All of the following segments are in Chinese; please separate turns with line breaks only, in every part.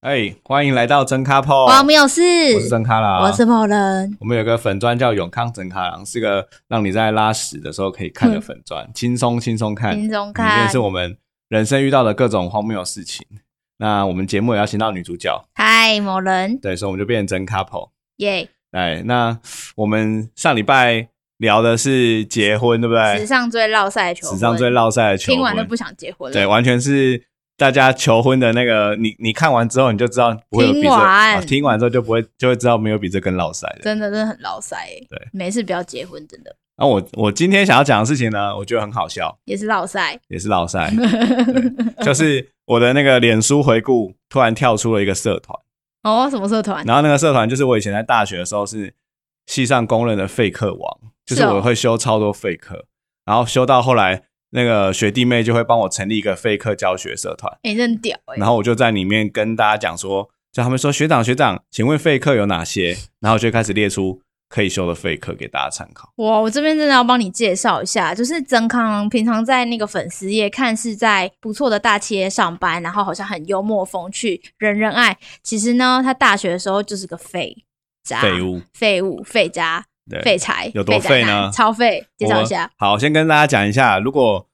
哎，欢迎来到真咖 p
我没有事，
哦我是真咖啦。
我是某人，
我们有个粉砖叫永康真咖郎，是个让你在拉屎的时候可以看的粉砖，轻松轻松看，
嗯轻松
里面
看
是。我们人生遇到的各种荒谬的事情。那我们节目也邀请到女主角，
嗨，某人，
对，所以我们就变成真 couple。
耶、
哎，那我们上礼拜聊的是结婚，对不
史
对？
上最落赛的求婚，
哎史上最落赛的求婚，
听完都不想结婚了。
对，完全是大家求婚的那个，你你看完之后你就知道不会有比这，
听完
啊听完之后就不会就会知道没有比这更老塞的。
真的真的很落赛、欸。
对，
没事不要结婚，真的
那、我我今天想要讲的事情呢，我觉得很好笑，
也是 落赛。
也是老 塞，对就是我的那个脸书回顾突然跳出了一个社团，
哦，什么社团？
然后那个社团就是我以前在大学的时候是系上公认的废课王，就是
是哦
我会修超多废课，然后修到后来那个学弟妹就会帮我成立一个废课教学社团。
哎、真屌哎、
然后我就在里面跟大家讲说，就他们说学长学长，请问废课有哪些？然后我就开始列出可以修的废课给大家参考。
哇，我这边真的要帮你介绍一下，就是曾康平常在那个粉丝业看似在不错的大企业上班，然后好像很幽默风趣，人人爱。其实呢，他大学的时候就是个废渣、
废、物，
废物、废渣、
对，
啊废柴，
有多
宅
废
男
呢
超废！介绍一下，
我。好，先跟大家讲一下，如果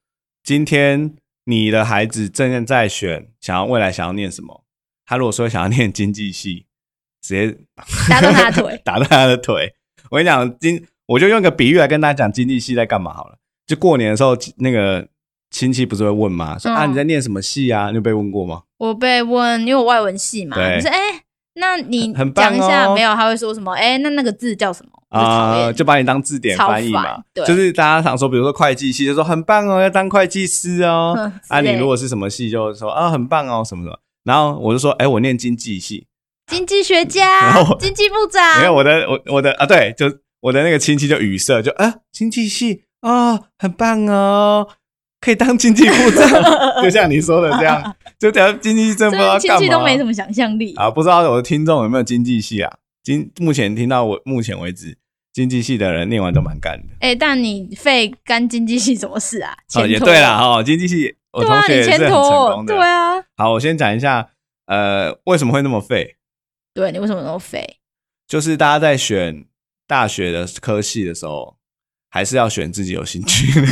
今天你的孩子正在选想要未来想要念什么，他如果说想要念经济系，直接
打断他 的腿
打断他的腿。我跟你讲，经我就用个比喻来跟大家讲经济系在干嘛好了。就过年的时候，那个亲戚不是会问吗？说、啊
嗯
你在念什么系啊？你有被问过吗？
我被问，因为我外文系嘛，
对
我说哎、那你
很很棒
讲一下、
哦
没有？他会说什么？哎、那那个字叫什么？我就讨
啊、
厌
就把你当字典翻译
超
嘛
烦。对
就是大家想说，比如说会计系，就说很棒哦，要当会计师哦。
嗯哼之
啊，你
类
如果是什么系，就说啊很棒哦，什么什么。然后我就说，哎，我念经济系，
经济学
然
家
后、
经济部长，
没有我的我我的啊，对，就我的那个亲戚就语塞，就啊经济系啊、哦，很棒哦，可以当经济部长， 就像你说的这 样，就等下经济系真的不知道
这
干嘛。
啊亲戚都没什么想象力。
啊，不知道我的听众有没有经济系啊？今目前听到我目前为止，经济系的人念完都蛮干的。
哎、但你费干经济系什么事啊？
哦，
钱
也
拖
对啦，，哦，经济系我
对
同
啊，
学
你
也是
钱
很成
拖
功，的。
对啊，
好，我先讲一下，呃，为什么会那么废？
对你为什么那么废？
就是大家在选大学的科系的时候，还是要选自己有兴趣的。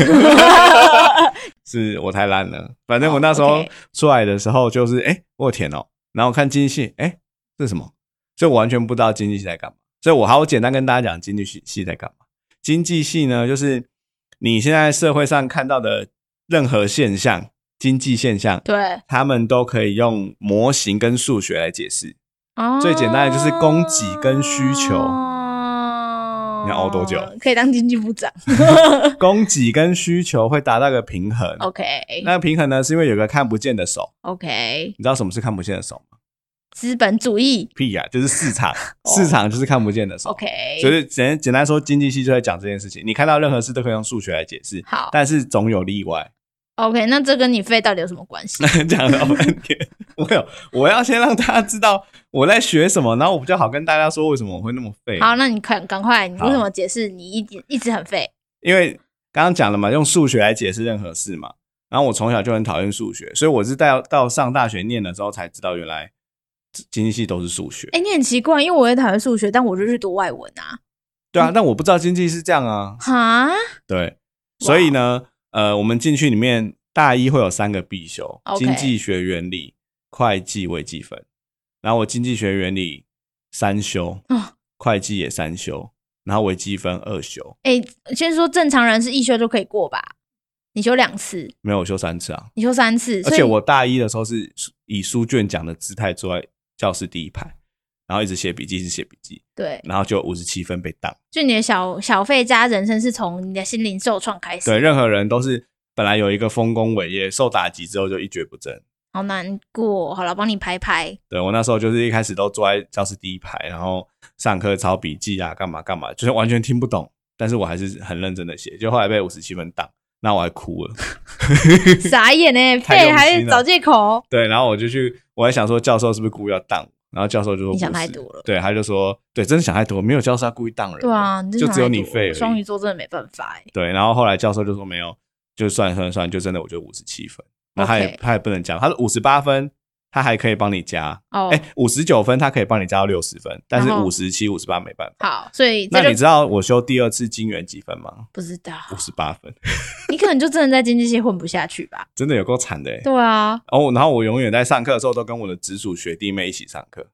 是我太烂了，反正我那时
哦
候
，OK
出来的时候就是，哎、我有填哦，然后我看经济系，哎、这是什么？所以我完全不知道经济系在干嘛。所以我好我简单跟大家讲经济系系在干嘛。经济系呢，就是你现在社会上看到的任何现象，经济现象，
对，
他们都可以用模型跟数学来解释。
哦
最简单的就是供给跟需求
哦
你要熬多久？
可以当经济部长。
供给跟需求会达到一个平衡。
OK
嗯那个平衡呢，是因为有个看不见的手。
OK，
你知道什么是看不见的手吗？
资本主义。
屁呀、就是市 场，市场就是看不见的手。
哦 OK，
所以简简单说，经济系就在讲这件事情。你看到任何事都可以用数学来解释，
好
但是总有例外。
OK，那这跟你废到底有什么关系？
讲了半天， 我有我要先让大家知道我在学什么，然后我比较好跟大家说为什么我会那么废。
好，那你赶赶快，你
好
为什么解释你一直一直很废？
因为刚刚讲了嘛，用数学来解释任何事嘛。然后我从小就很讨厌数学，所以我是到到上大学念了之后才知道，原来经济系都是数学。
哎、你很奇怪，因为我也讨厌数学，但我就去读外文啊。
对啊，但我不知道经济是这样啊。
哈
对，所以呢，呃，我们进去里面大一会有三个必修：
OK
经济学原理、会计微积分。然后我经济学原理三修，
哦
会计也三修，然后微积分二修，
哎、先说正常人是一修就可以过吧？你修两次，
没有我修三次啊。
你修三次，
而
所以
且我大一的时候是以书卷奖的姿态坐在教室第一排，然后一直写笔记，一直写笔记，
对，
然后就五十七分被当。
就你的小小费加人生是从你的心灵受创开始，
对，任何人都是本来有一个丰功伟业，受打击之后就一蹶不振。
好难过。好了，帮你 拍拍，
对我那时候就是一开始都坐在教室第一排，然后上课抄笔记啊，干嘛干嘛，就是完全听不懂，但是我还是很认真的写，就后来被五十七分当，那我还哭了。
傻眼呢、欸，
太用
废
心了
还找借口。
对，然后我就去，我还想说教授是不是故意要当我，然后教授就说
你想
不
太
是
多了
对，他就说对，真的想太多，没有教授他故意当人的，
对啊，你真
就
想
只有
太
你
多
废而已
双鱼座真的没办法哎、
对，然后后来教授就说没有，就算了算了算了，就真的我就五十七分，那他也
OK
他也不能讲，他说五十八分，他还可以帮你加，
哦，
哎、五十九分他可以帮你加到六十分，但是
然后
五十七、五十八没办法。
好，所以
那
这
你
就
知道我修第二次金元几分吗？
不知道，
五十八分，
你可能就真的在经济系混不下去 吧？
真的有够惨的、欸。
对啊，
哦，然后我永远在上课的时候都跟我的直属学弟妹一起上课。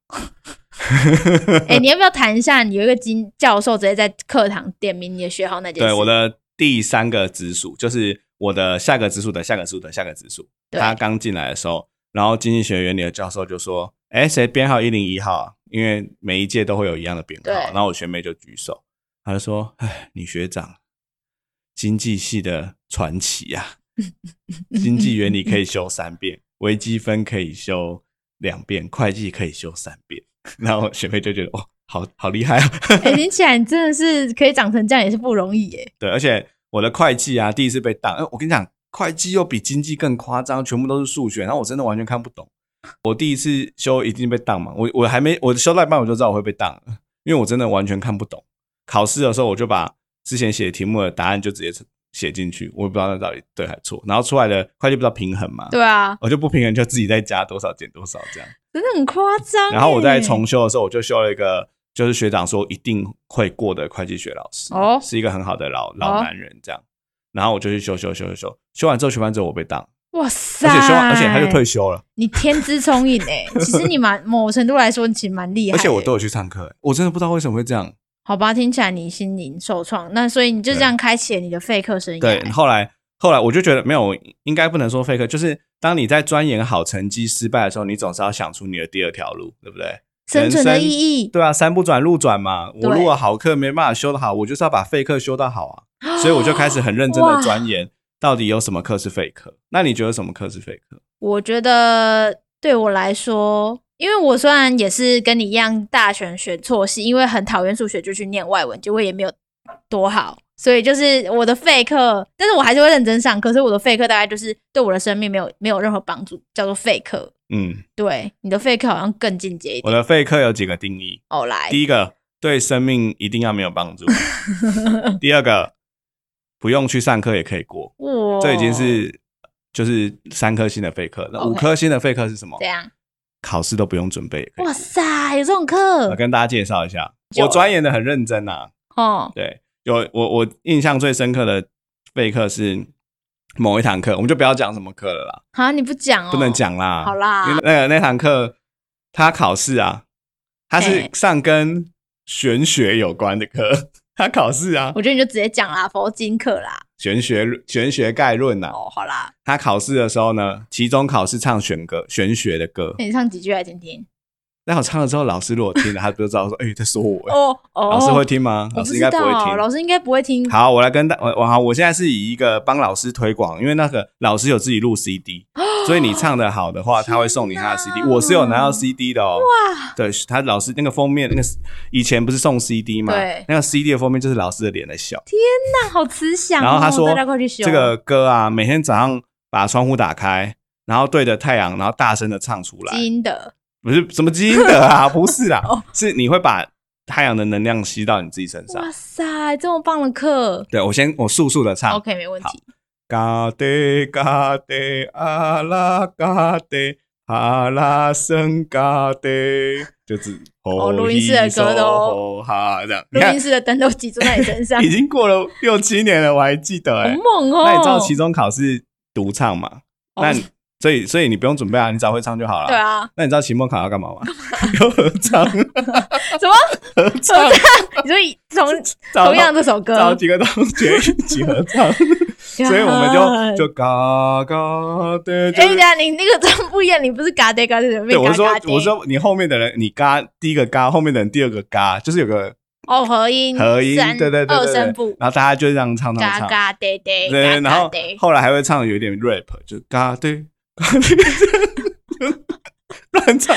哎、你要不要谈一下？你有一个经教授直接在课堂点名你的学号那件事？
对，我的第三个直属就是我的下个直属的下个直属的下个直属，
对
他刚进来的时候，然后经济学原理的教授就说：“哎，谁编号一零一号啊？因为每一届都会有一样的编号。
对”
然后我学妹就举手，她就说：“哎，你学长，经济系的传奇 啊，经济原理可以修三遍，微积分可以修两遍，会计可以修三遍。”然后学妹就觉得：“哦，好好厉害啊！”
哎、听起来你真的是可以长成这样也是不容易耶。
对，而且我的会计啊，第一次被当，哎，我跟你讲，会计又比经济更夸张，全部都是数学，然后我真的完全看不懂。我第一次修一定被当嘛，我我还没我修到一半我就知道我会被当了，因为我真的完全看不懂。考试的时候我就把之前写题目的答案就直接写进去，我也不知道那到底对还错。然后出来的会计不知道平衡嘛，
对啊，
我就不平衡就自己再加多少减多少这样。
真的很夸张欸耶。
然后我在重修的时候，我就修了一个，就是学长说一定会过的会计学老师，
哦
是一个很好的老老男人这样。然后我就去修修修修修，修完之后学完之后我被当，
哇塞，
而且修完而且他就退休了，
你天资聪颖 哎，其实你蛮某程度来说，你其实蛮厉害
而
的。
且我都有去上课、欸我真的不知道为什么会这样。
好吧，听起来你心灵受创，那所以你就这样开启了你的废课生涯。
对，后来后来我就觉得没有，应该不能说废课，就是当你在钻研好成绩失败的时候，你总是要想出你的第二条路，对不对？
生存的意义。
对啊，山不转路转嘛，
对
我如果好课没办法修得好，我就是要把废课修到好啊。所以我就开始很认真
哇
的钻研，到底有什么课是废课？那你觉得什么课是废课？
我觉得对我来说，因为我虽然也是跟你一样大选选错系，因为很讨厌数学就去念外文，结果也没有多好，所以就是我的废课，但是我还是会认真上课，所以我的废课大概就是对我的生命没有没有任何帮助，叫做废课。
嗯，
对，你的废课好像更进阶一
我
点。
的废课有几个定义：
哦，来，
第一个，对生命一定要没有帮 助；第二个，不用去上课也可以过。
哇，
这已经是就是三颗星的废课了。那
OK
五颗星的废课是什么
这？样。
考试都不用准备也可以。
哇塞，有这种课
我跟大家介绍一下，
就
我钻研的很认真啊。
哦，
对，有我我印象最深刻的备课是某一堂课，我们就不要讲什么课了啦，
好，你不讲哦，
不能。讲啦。
好啦
因为那个那堂课他考试啊，他是
嘿
上跟玄学有关的课，他考试啊，
我觉得你就直接讲啦，佛经课啦。
玄学玄学概论呐、啊。
哦，好啦，
他考试的时候呢，期中考试唱玄歌玄学的歌，
那你唱几句来听听。
那我唱了之后，老师如果听了，他就知道说，哎、在说我。欸
哦哦，
老师会听吗？
我
老
不
师
知
应该不
道，
会听。
老师应该不会听。
好，我来跟大我我好，我现在是以一个帮老师推广，因为那个老师有自己录 CD，所以你唱的好的话，他会送你他的 CD。
天哪
我是有拿到 CD 的哦。哇！对他老师那个封面，那个以前不是送 CD 嘛？
对
那个 CD 的封面就是老师的脸在笑。
那好慈祥哦。
然后他说
大家快去修
这个歌啊，每天早上把窗户打开，然后对着太阳，然后大声的唱出来。
基因的
不是什么基因的 啊，不是啦
哦，
是你会把太阳的能量吸到你自己身上
哇。塞，这么棒的课
对我先我速速的唱。
，OK，没问题。
嘎得嘎得阿拉嘎得哈拉声嘎得，就是
哦录音室的歌都
吼哈这样。你
录
看
音，室的灯都集中在你身 上
已，经过了六七年了，我还记得
好
哎、
猛哦。
那你知道期中考试独唱嘛？
哦
那你所以所以你不用准备啊，你只要会唱就好了。
对。啊，
那你知道期末 考要干嘛吗？有合唱，
什么？
合 唱，
你说以 同
找
同样这首歌，
找几个同学一起合 唱，所以我们就就嘎嘎的。就
哎，等一下你那个真不一样，你不是嘎爹嘎爹，
对，我
嘎
是说
嘎，爹
我是说你后面的人，你嘎第一个嘎，后面的人第二个嘎，就是有个
哦，合音
合音，
三
对对对
二
对
声
对
部，，
然后大家就这样唱
嘎
唱唱，
嘎爹爹，
对，
嘎
然
嘎
后
爹。
后来还会唱有一点 rap，就嘎对嘎对， 乱唱。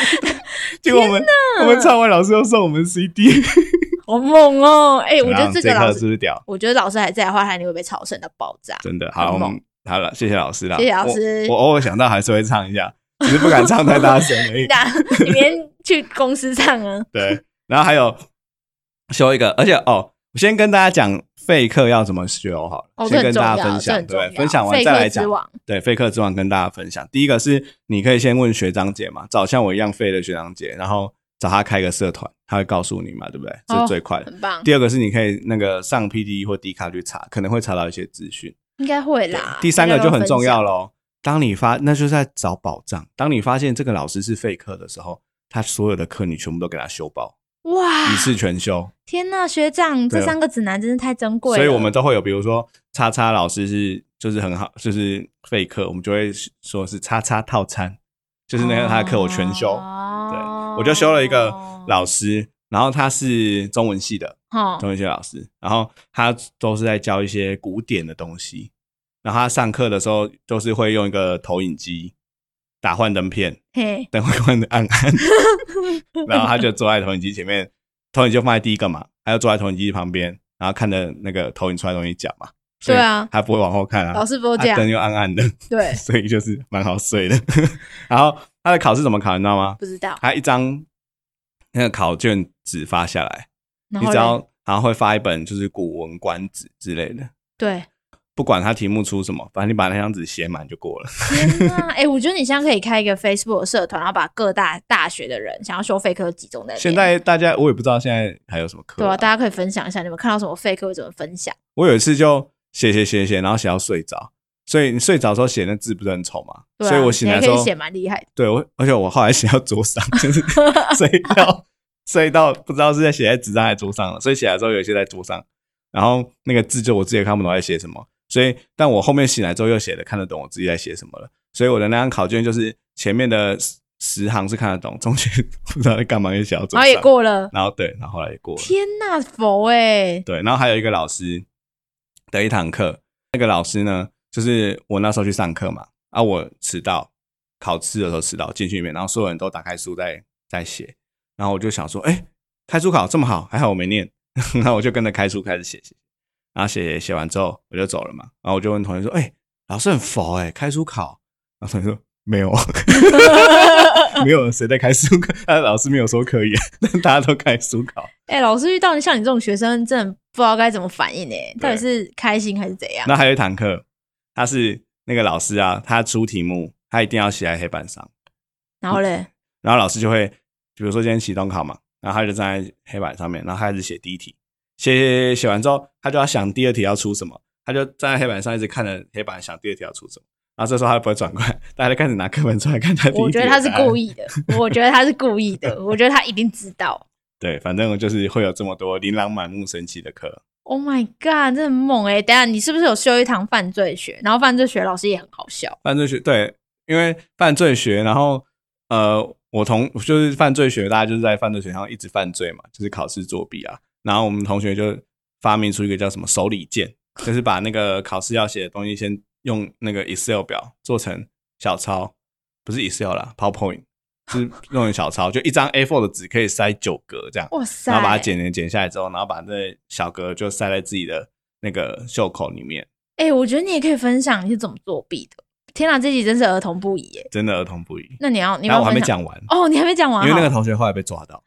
结果我们我们唱完，老师又送我们 CD，
好猛哦！哎、我觉得
怎么样
这
这
个老
课
师，
是不是屌？
我觉得老师还在的话，他一定会被吵声到爆炸。
真的好，
很
我
猛
们好了，谢谢老师啦，
谢谢老师
我我偶尔想到还是会唱一下，只是不敢唱太大声而已。
那你明天啊去公司唱啊？
对，然后还有修一个，而且哦，我先跟大家讲废课要怎么修好了，
哦，这
先
很
跟
重
大
要，
家分
这
享，
很重
对
要。
不对，分享完
废
再
课
来
之
讲。
王，
对，废课之王跟大家分享。第一个是你可以先问学长姐嘛，找像我一样废的学长姐，然后找他开个社团，他会告诉你嘛，对不对？这
哦
是最快的。
很棒，
第二个是你可以那个上 P D E 或 D 卡去查，可能会查到一些资讯。
应该会
对
啦。
第三个就很重要
了，
喽。当你发，那就是在找宝藏。当你发现这个老师是废课的时候，他所有的课你全部都给他修爆，
哇！
一次全修。
天呐，学长，
对啊
这三个指南真是太珍贵了。
所以我们都会有，比如说叉叉老师是就是很好，就是废课，我们就会说是叉叉套餐，就是那个他的课我全修。对，
哦
我就修了一个老师，然后他是中文系的，
哦
中文系老师，然后他都是在教一些古典的东西，然后他上课的时候都是会用一个投影机打幻灯片，
嘿，
灯会关的暗 暗，然后他就坐在投影机前面，投影就放在第一个嘛，他就坐在投影机旁边，然后看着那个投影出来的东西讲嘛，所以
对啊
他不会往后看啊，
老师不都这
啊灯
样？
又暗暗的，
对
所以就是蛮好睡的。 然后他的考试怎么考，你知道吗？
不知道。
他一张那个考卷纸发下来，
然
你
后
只
嘞
要然后会发一本就是《古文观止》之类的，
对，
不管他题目出什么，反正你把那张纸写满就过了。
天呐，哎，我觉得你现在可以开一个 Facebook 的社团，然后把各大大学的人想要修废科集中在那边
现在大家我也不知道现在还有什么课、
对啊，大家可以分享一下你们看到什么废科会怎么分享。
我有一次就写写写写，然后写到睡着，所以你睡着的时候写那字不是很丑嘛？
对啊
所以我醒来的
你
时
还可
候
以，写蛮厉害的。
对我，而且我后来写到桌上，就是 睡到睡到不知道是在写在纸上还是桌上了，所以写来之后有一些在桌上，然后那个字就我自己也看不懂在写什么，所以但我后面醒来之后又写的看得懂我自己在写什么了，所以我的那张考卷就是前面的十十行是看得懂，中间 不知道在干嘛又写到桌上，
然后也，过了，
然后对，然后后来也过了。
天呐，佛哎，
对，然后还有一个老师的一堂课，那个老师呢，就是我那时候去上课嘛，啊，我迟到，考试的时候迟到进去里面，然后所有人都打开书在在写，然后我就想说，哎，开书考这么好，还好我没念， 然后我就跟着开书开始写写，然后写写写完之后我就走了嘛，然后我就问同学说，哎，老师很佛哎、开书考，然后同学说。没有，没有谁在开书考， 啊，老师没有说可以， 但大家都开书考。
哎、老师遇到你像你这种学生，真的不知道该怎么反应哎、到底是开心还是怎样？
那还有一堂课，他是那个老师啊，他出题目，他一定要写在黑板上，
然后嘞，
然后老师就会，比如说今天期中考嘛，然后他就站在黑板上面，然后开始写第一题，写写写写完之后，他就要想第二题要出什么，他就站在黑板上一直看着黑板想第二题要出什么，然后这时候他就不会转过来，大家就开始拿课本出来看他第一题。
我觉得他是故。意 的，我觉得他是故意的，我觉得他一定知道。
对，反正就是会有这么多琳琅满目神奇的课。
Oh my god，这很猛哎、等一下你是不是有修一堂犯罪学？然后犯罪学老师也很好笑，
犯罪学对，因为犯罪学，然后呃，我同就是犯罪学，大家就是在犯罪学上一直犯罪嘛，就是考试作弊啊。然后我们同学就发明出一个叫什么手里剑，就是把那个考试要写的东西先用那个 Excel 表做成小抄，不是 Excel 啦，PowerPoint 是弄成小抄，就一张 A4 的纸可以塞九格这样。
哇塞，
然后把它剪剪剪下来之后，然后把那小格就塞在自己的那个袖口里面，
哎、我觉得你也可以分享你是怎么作弊的。天哪，这集真是儿童不宜耶、
真的儿童不宜。
那你要，你
然
要
后我还没
分享
讲完，
哦，你还没讲完、哦，
因为那个同学后来被抓 到，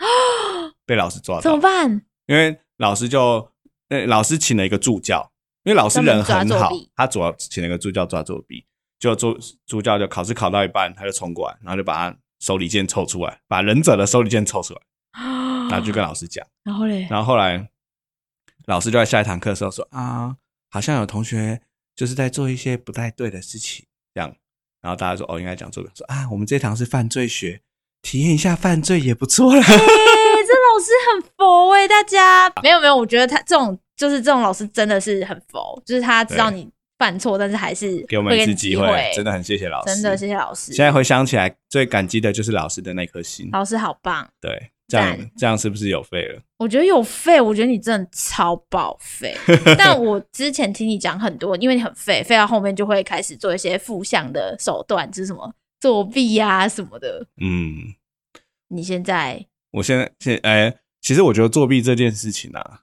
被老师抓
怎么
到，
办？
因为老师就呃老师请了一个助教，因为老师人
专
很
门抓
好
作弊，
他主要请了一个助教抓作弊，就助助教就考试考到一半，他就冲过来，然后就把他手里剑抽出来，把忍者的手里剑抽出 来，然后就跟老师讲，
然后嘞，
然后后来老师就在下一堂课的时候说啊，好像有同学就是在做一些不太对的事情，这样，然后大家说哦应该讲作弊，说啊我们这堂是犯罪学，体验一下犯罪也不错啦。
欸这老师很佛哎、大家
啊
没有没有，我觉得他这种就是这种老师真的是很佛，就是他知道
对
你犯错，但是还是
给我们
会
一次
你
机
会，
真的很谢谢老师，
真的谢。谢老师，
现在回想起来，最感激的就是老师的那颗心。
老师好棒，
对，这样
赞
这样是不是有废了？
我觉得有废，我觉得你真的超爆 废。但我之前听你讲很多，因为你很废，废到后面就会开始做一些负向的手段，就是什么作弊啊什么的。
嗯，
你现在
我现在现哎、其实我觉得作弊这件事情啊，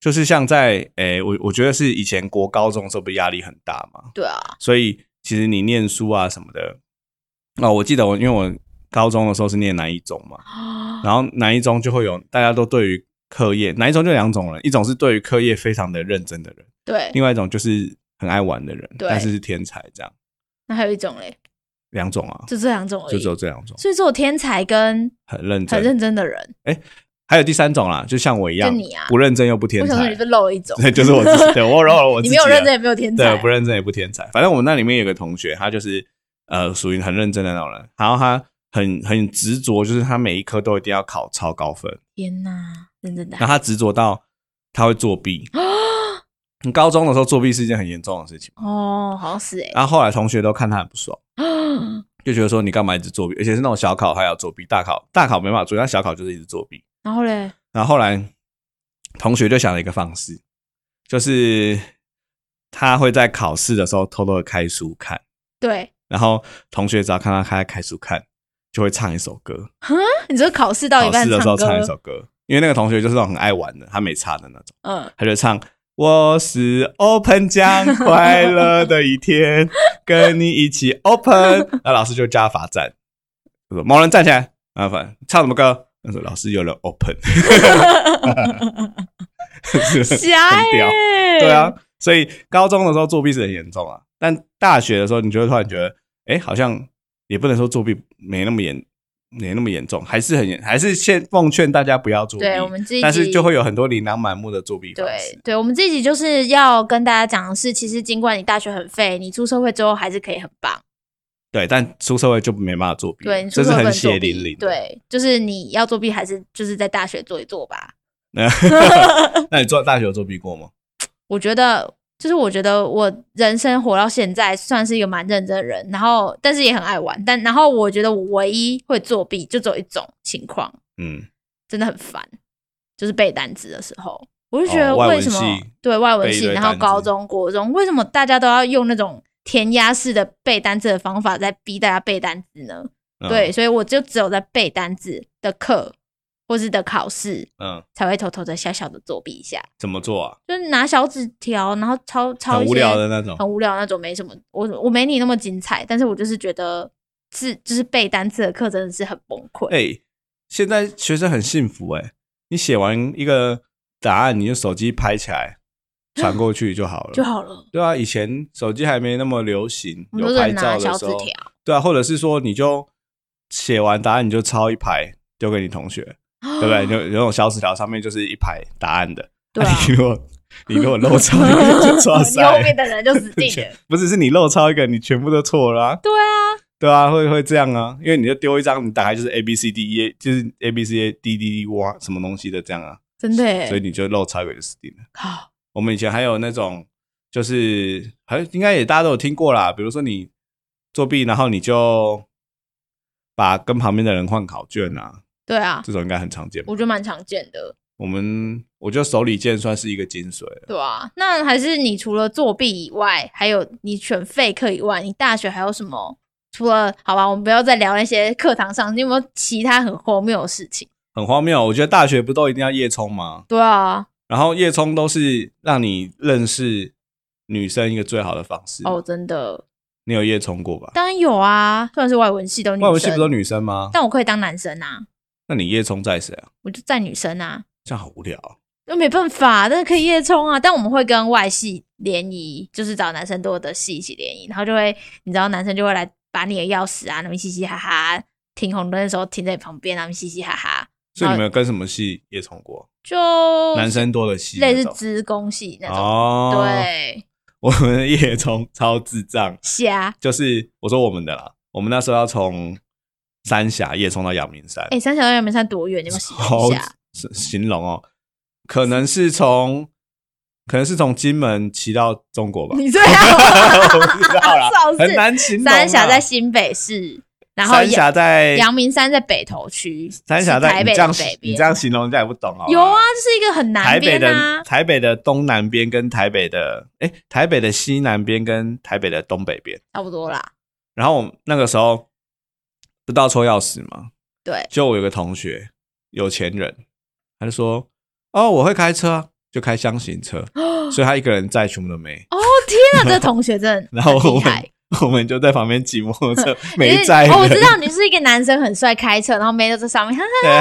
就是像在哎、我我觉得是以前国高中的时候不是压力很大嘛，
对啊，
所以其实你念书啊什么的，哦，我记得 我因为我高中的时候是念南一中嘛，然后南一中就会有大家都对于课业，哪一种就两种人，一种是对于课业非常的认真的人，
对，
另外一种就是很爱玩的人，
对
但是是天才这样，
那还有一种嘞，
两种啊，
就这两种而
就
已。
只有这两种，
所以只有天才跟
很认真。
很认真的人，
还有第三种啦，就像我一样，
就你啊
不认真又不天
我想说
才，
你，是漏一种
对，就是我 自己，对我漏了我自
你
己
没
啊，
有认真也没有天才
对，，不认真也不天才。反正我们那里面有个同学，他就是呃属于很认真的那种人，然后他很很执着，就是他每一科都一定要考超高分，
天哪，认真的啊
然后他执着到他会作弊。你高中的时候作弊是一件很严重的事情，
哦，好像是哎，
然后后来同学都看他很不爽，就觉得说你干嘛一直作弊，而且是那种小考还要作弊，大考大考没办法作弊，但小考就是一直作弊。
然后嘞，
然后后来同学就想了一个方式，就是他会在考试的时候偷偷的开书看。
对，
然后同学只要看到他开书看，就会唱一首歌。
你说考试到一
考
半
试的时候
唱
唱一首
歌，
歌，因为那个同学就是那种很爱玩的，他没差的那种，
嗯，
他就唱。我是 Open 酱，快乐的一天，跟你一起 Open。那老师就加罚站，就说某人站起来，麻烦唱什么歌？他说老师有人 Open，是不是
瞎
很屌。
哎，
对啊，，所以高中的时候作弊是很严重啊，但大学的时候，你就会突然觉得，哎、好像也不能说作弊没那么严，没那么严重，还是很严，还是劝奉劝大家不要作弊。
对我们这一
但是
集
就会有很多琳琅满目的作弊方
对
式。
对，我们这一集就是要跟大家讲的是，其实尽管你大学很废，你出社会之后还是可以很棒。
对，但出社会就没办法作弊，
对，你
这
出社
是
会不
很
能作
血
弊
淋淋。，
对，就是你要作弊还是就是在大学做一做吧。
那那你做大学有作弊过吗？
我觉得，就是我觉得我人生活到现在算是一个蛮认真的人，然后但是也很爱玩，但然后我觉得我唯一会作弊就只有一种情况，
嗯，
真的很烦，就是背单词的时候，我就觉得
哦外文
为什么、
系
对外文
背一
系，
堆
然后
单
高
字
中、国中为什么大家都要用那种填鸭式的背单词的方法在逼大家背单词呢？
嗯
对，，所以我就只有在背单词的课或是的考试
嗯，
才会偷偷的小小的作弊一下，
怎么做啊？
就是拿小纸条，然后抄抄
很
一
无
些
聊的那种。
很无聊那种，没什么，我我没你那么精彩，但是我就是觉得是就是背单词的课真的是很崩溃。
哎、现在学生很幸福哎、你写完一个答案，你用手机拍起来，传过去就好了。
就好了，
对啊，以前手机还没那么流行，
我们
有
都
拍
是拿
照
小
的时
纸
候，
条。
对啊，或者是说你就写完答案你就抄一排丢给你同学，
对
对不对？就有种小纸条上面就是一排答案的，
对
啊
啊，
你如果你如果漏抄一个 就错
你后
塞
面，的人就 死定了。
不是是你漏抄一个，你全部都错了、啊。
对啊，
对啊，会会这样啊，因为你就丢一张，你打开就是 A B C D E，就是 A B C A D E D D 哇什么东西的这样啊，
真的
所以
耶，
你就漏抄一个就死定了。
靠，
我们以前还有那种，就是还应该也大家都有听过啦，比如说你作弊，然后你就把跟旁边的人换考卷啊，
对啊，
这种应该很常见吧。
我觉得蛮常见的，
我们我觉得手里剑算是一个精髓了，
对啊。那还是你除了作弊以外，还有你选废课以外，你大学还有什么？除了好吧，我们不要再聊那些课堂上，你有没有其他很荒谬的事情？
很荒谬。我觉得大学不都一定要夜冲吗？
对啊，
然后夜冲都是让你认识女生一个最好的方式。
哦，真的，
你有夜冲过吧？
当然有啊。虽然是外文系都女生，
外文系不都女生吗？
但我可以当男生啊，
那你夜冲在谁啊？
我就在女生啊。
这样好无聊哦。
那没办法，但是可以夜冲啊。但我们会跟外系联谊，就是找男生多的系一起联谊，然后就会，你知道男生就会来把你的钥匙啊，那么嘻嘻哈哈，停红灯的时候停在你旁边，他们嘻嘻哈哈，
所以你们有跟什么系夜冲过？
就
男生多的系那啊
类似
种，
职工系那种，
哦，，
对，
我们的夜冲超智障，
虾。
就是我说我们的啦，我们那时候要从三峡夜冲到阳明山，
哎、三峡到阳明山多远？你们形容
好
一下？
是形容哦，可能是从可能是从金门骑到中国 吧，
你最好
我不知道啦
少，是
很难形容啊。
三峡在新北市，然后
三峡在
阳明山在北投区，
三峡在
是台
你
北
这样
的北
你
边
这。样形容人家也不懂哦。
有啊，这是一个很南
台北
边啊
的。台北的东南边跟台北的哎、台北的西南边跟台北的东北边。
差不 多啦。
然后我们那个时候不知道抽钥匙嘛，
对，
就我有个同学有钱人，他就说哦我会开车啊，就开 箱型车，
哦
所以他一个人载全部的妹。
天啊，这同学真的
然后
很
我
厉
们
害，
我们就在旁边骑摩托 车，
就
没
是
载人。
哦，我知道你是一个男生，很帅，开车，然后妹就 在上面，哈哈
对，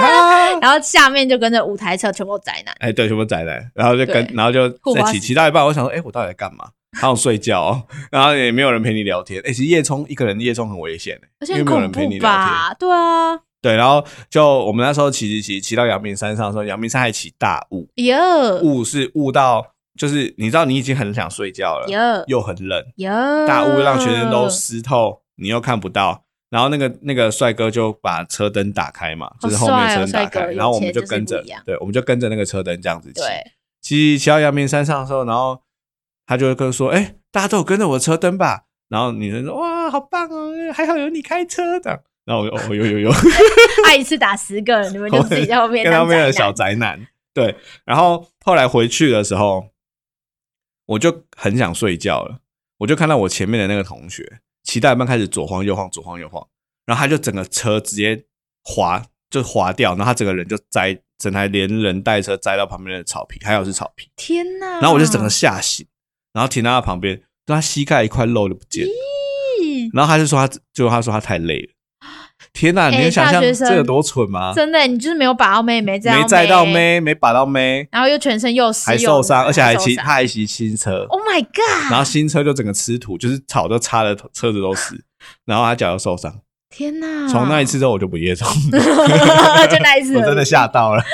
哈
然后下面就跟着五台车全部宅男。
哎，对，全部载来，然后就跟，
对
然后就
护
在
花
骑，
时
骑到一半，我想说，哎，我到底在干嘛？好想睡觉、哦，然后也没有人陪你聊天。哎，其实夜冲一个人夜冲很危险、欸因
而且
为
很
没有人
恐
陪你
怖
聊天。
吧？对啊，
对，然后就我们那时候骑骑骑骑到阳明山上的时候，阳明山还起大雾，
耶
雾是雾到就是你知道你已经很想睡觉了，
耶
又很冷，
耶，
大雾让全身都湿透，你又看不到。然后那个那个帅哥就把车灯打开嘛，就是后面的车灯打
帅
开，
哦帅哥
然后我们
有钱就是
跟着
不一样，
对，我们就跟着那个车灯这样子骑。
对，
骑骑到阳明山上的时候，然后他就会跟我说：“哎、大家都有跟着我的车灯吧？”然后女生说：“哇，好棒哦，还好有你开车的。”然后我就：“哦，有有有，
爱一次打十个人，你们就自己在后 面
跟
当
旁边的
宅男
小宅男。”对，然后后来回去的时候，我就很想睡觉了，我就看到我前面的那个同学骑到一半开始左晃右晃，左晃右晃，然后他就整个车直接滑，就滑掉，然后他整个人就栽，整台连人带车栽到旁边的草皮，还有是草皮。
天哪！
然后我就整
嗯
个吓醒，然后停到他旁边，就他膝盖一块肉就不见了。
咦
然后他就说他，就他说他太累了。天哪，你
哎
能想
大
象
学
这有
生
多蠢吗？
真的，你就是没有把到妹妹，
没载到，妹，没把到妹，
然后又全身又湿
还
又
受伤，而且还骑
受伤
他还骑新车，
Oh my god！
然后新车就整个吃土，就是草都擦的车子都是，然后他脚又受伤。
天哪！
从那一， 次之后我就不夜冲，
就那一次，
我真的吓。到了。
啊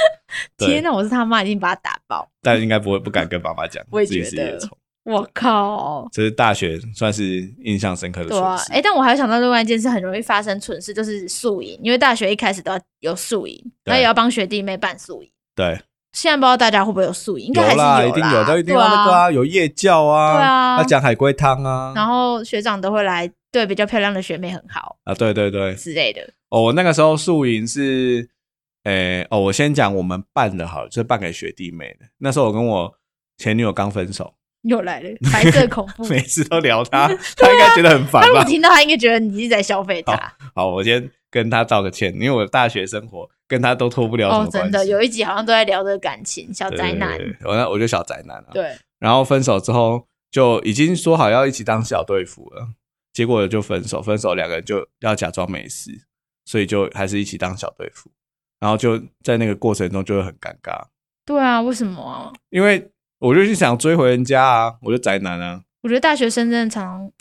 对，
天哪！我是他妈，已经把他打爆。
但应该不会不敢跟爸妈讲，
我也
自己
觉
是夜
得
冲。
我靠！
这是大学算是印象深刻的
对
损
啊，
失。
哎、但我还有想到另外一件事，很容易发生蠢事，就是宿营，因为大学一开始都要有宿营，
对
然后也要帮学弟妹办宿营。
对，
现在不知道大家会不会有宿营，应该还
有
是
啦，一定
啦，
有，他一定
对
要那个
啊。
啊，有夜教啊，
对啊
要讲海龟汤啊，
然后学长都会来对比较漂亮的学妹很好
啊，对对对，
之类的。
哦，我那个时候宿营是，诶，哦，我先讲我们办的好了，就是办给学弟妹的。那时候我跟我前女友刚分手，。
又来了，白色恐怖
每次都聊她，
啊
她应该觉得很烦
他如果
吧？
听到，他应该觉得你是在消费
哦
他。
好，我先跟她道个歉，因为我的大学生活跟她都脱不了什
哦
么，关系。
真的，有一集好像都在聊这个感情，小
对
宅男。
对对对我那我就小宅男啊。
对，
然后分手之后就已经说好要一起当小队服了，结果就分手，分手两个人就要假装没事，所以就还是一起当小队服，然后就在那个过程中就会很尴尬，
对啊，为什么啊？
因为我就去想追回人家啊，我就宅男啊，
我觉得大学生真的常常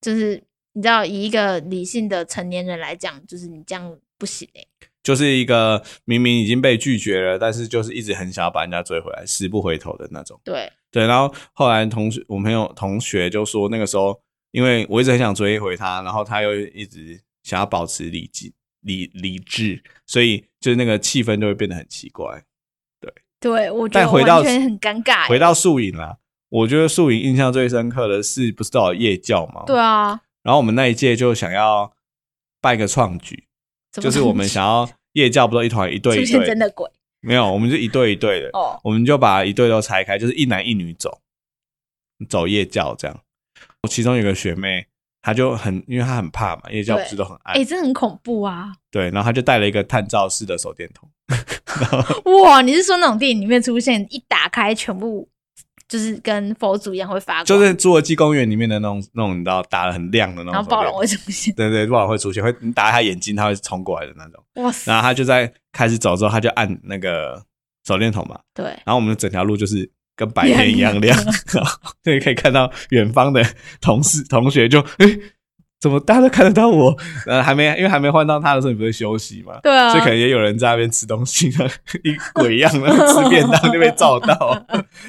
就是你知道，以一个理性的成年人来讲，就是你这样不行哎、
就是一个明明已经被拒绝了，但是就是一直很想要把人家追回来，死不回头的那种。
对，
对，然后后来同学，我朋友同学就说，那个时候因为我一直很想追回他，然后他又一直想要保持理智、理理智，所以就是那个气氛就会变得很奇怪。
对我觉
但
得
回到
完全很尴尬、欸。
回到宿营啦，我觉得宿营印象最深刻的是不是都有夜教嘛？
对。啊，
然后我们那一届就想要办一个创举，
怎么
就是 我们想要夜教，不都一团一队
出
一
现
队
真的鬼
没有，我们就一队一队的。
哦，
我们就把一队都拆开，就是一男一女走，走夜教这样。我其中有个学妹，她就很，因为她很怕嘛，夜教不
对
是都很暗，
哎、这很恐怖啊！
对，然后她就带了一个探照式的手电筒，
哇，你是说那种电影里面出现一打开全部就是跟佛祖一样会发光，
就是侏罗纪公园里面的那种那种，你知道打的很亮的那种，
然后暴龙会，出现，
对对，暴龙会出现，会你打她眼睛，她会冲过来的那种。
哇塞，
然后她就在开始走之后，她就按那个手电筒嘛，
对。
然后我们整条路就是跟白天一样亮
亮，
然后就可以看到远方的同事同学就哎、诶怎么大家都看得到我？ 呃，还没因为还没换到他的时候，你不是休息嘛？
对啊，
所以可能也有人在那边吃东西，然后一鬼一样，然后吃便当就被照 到，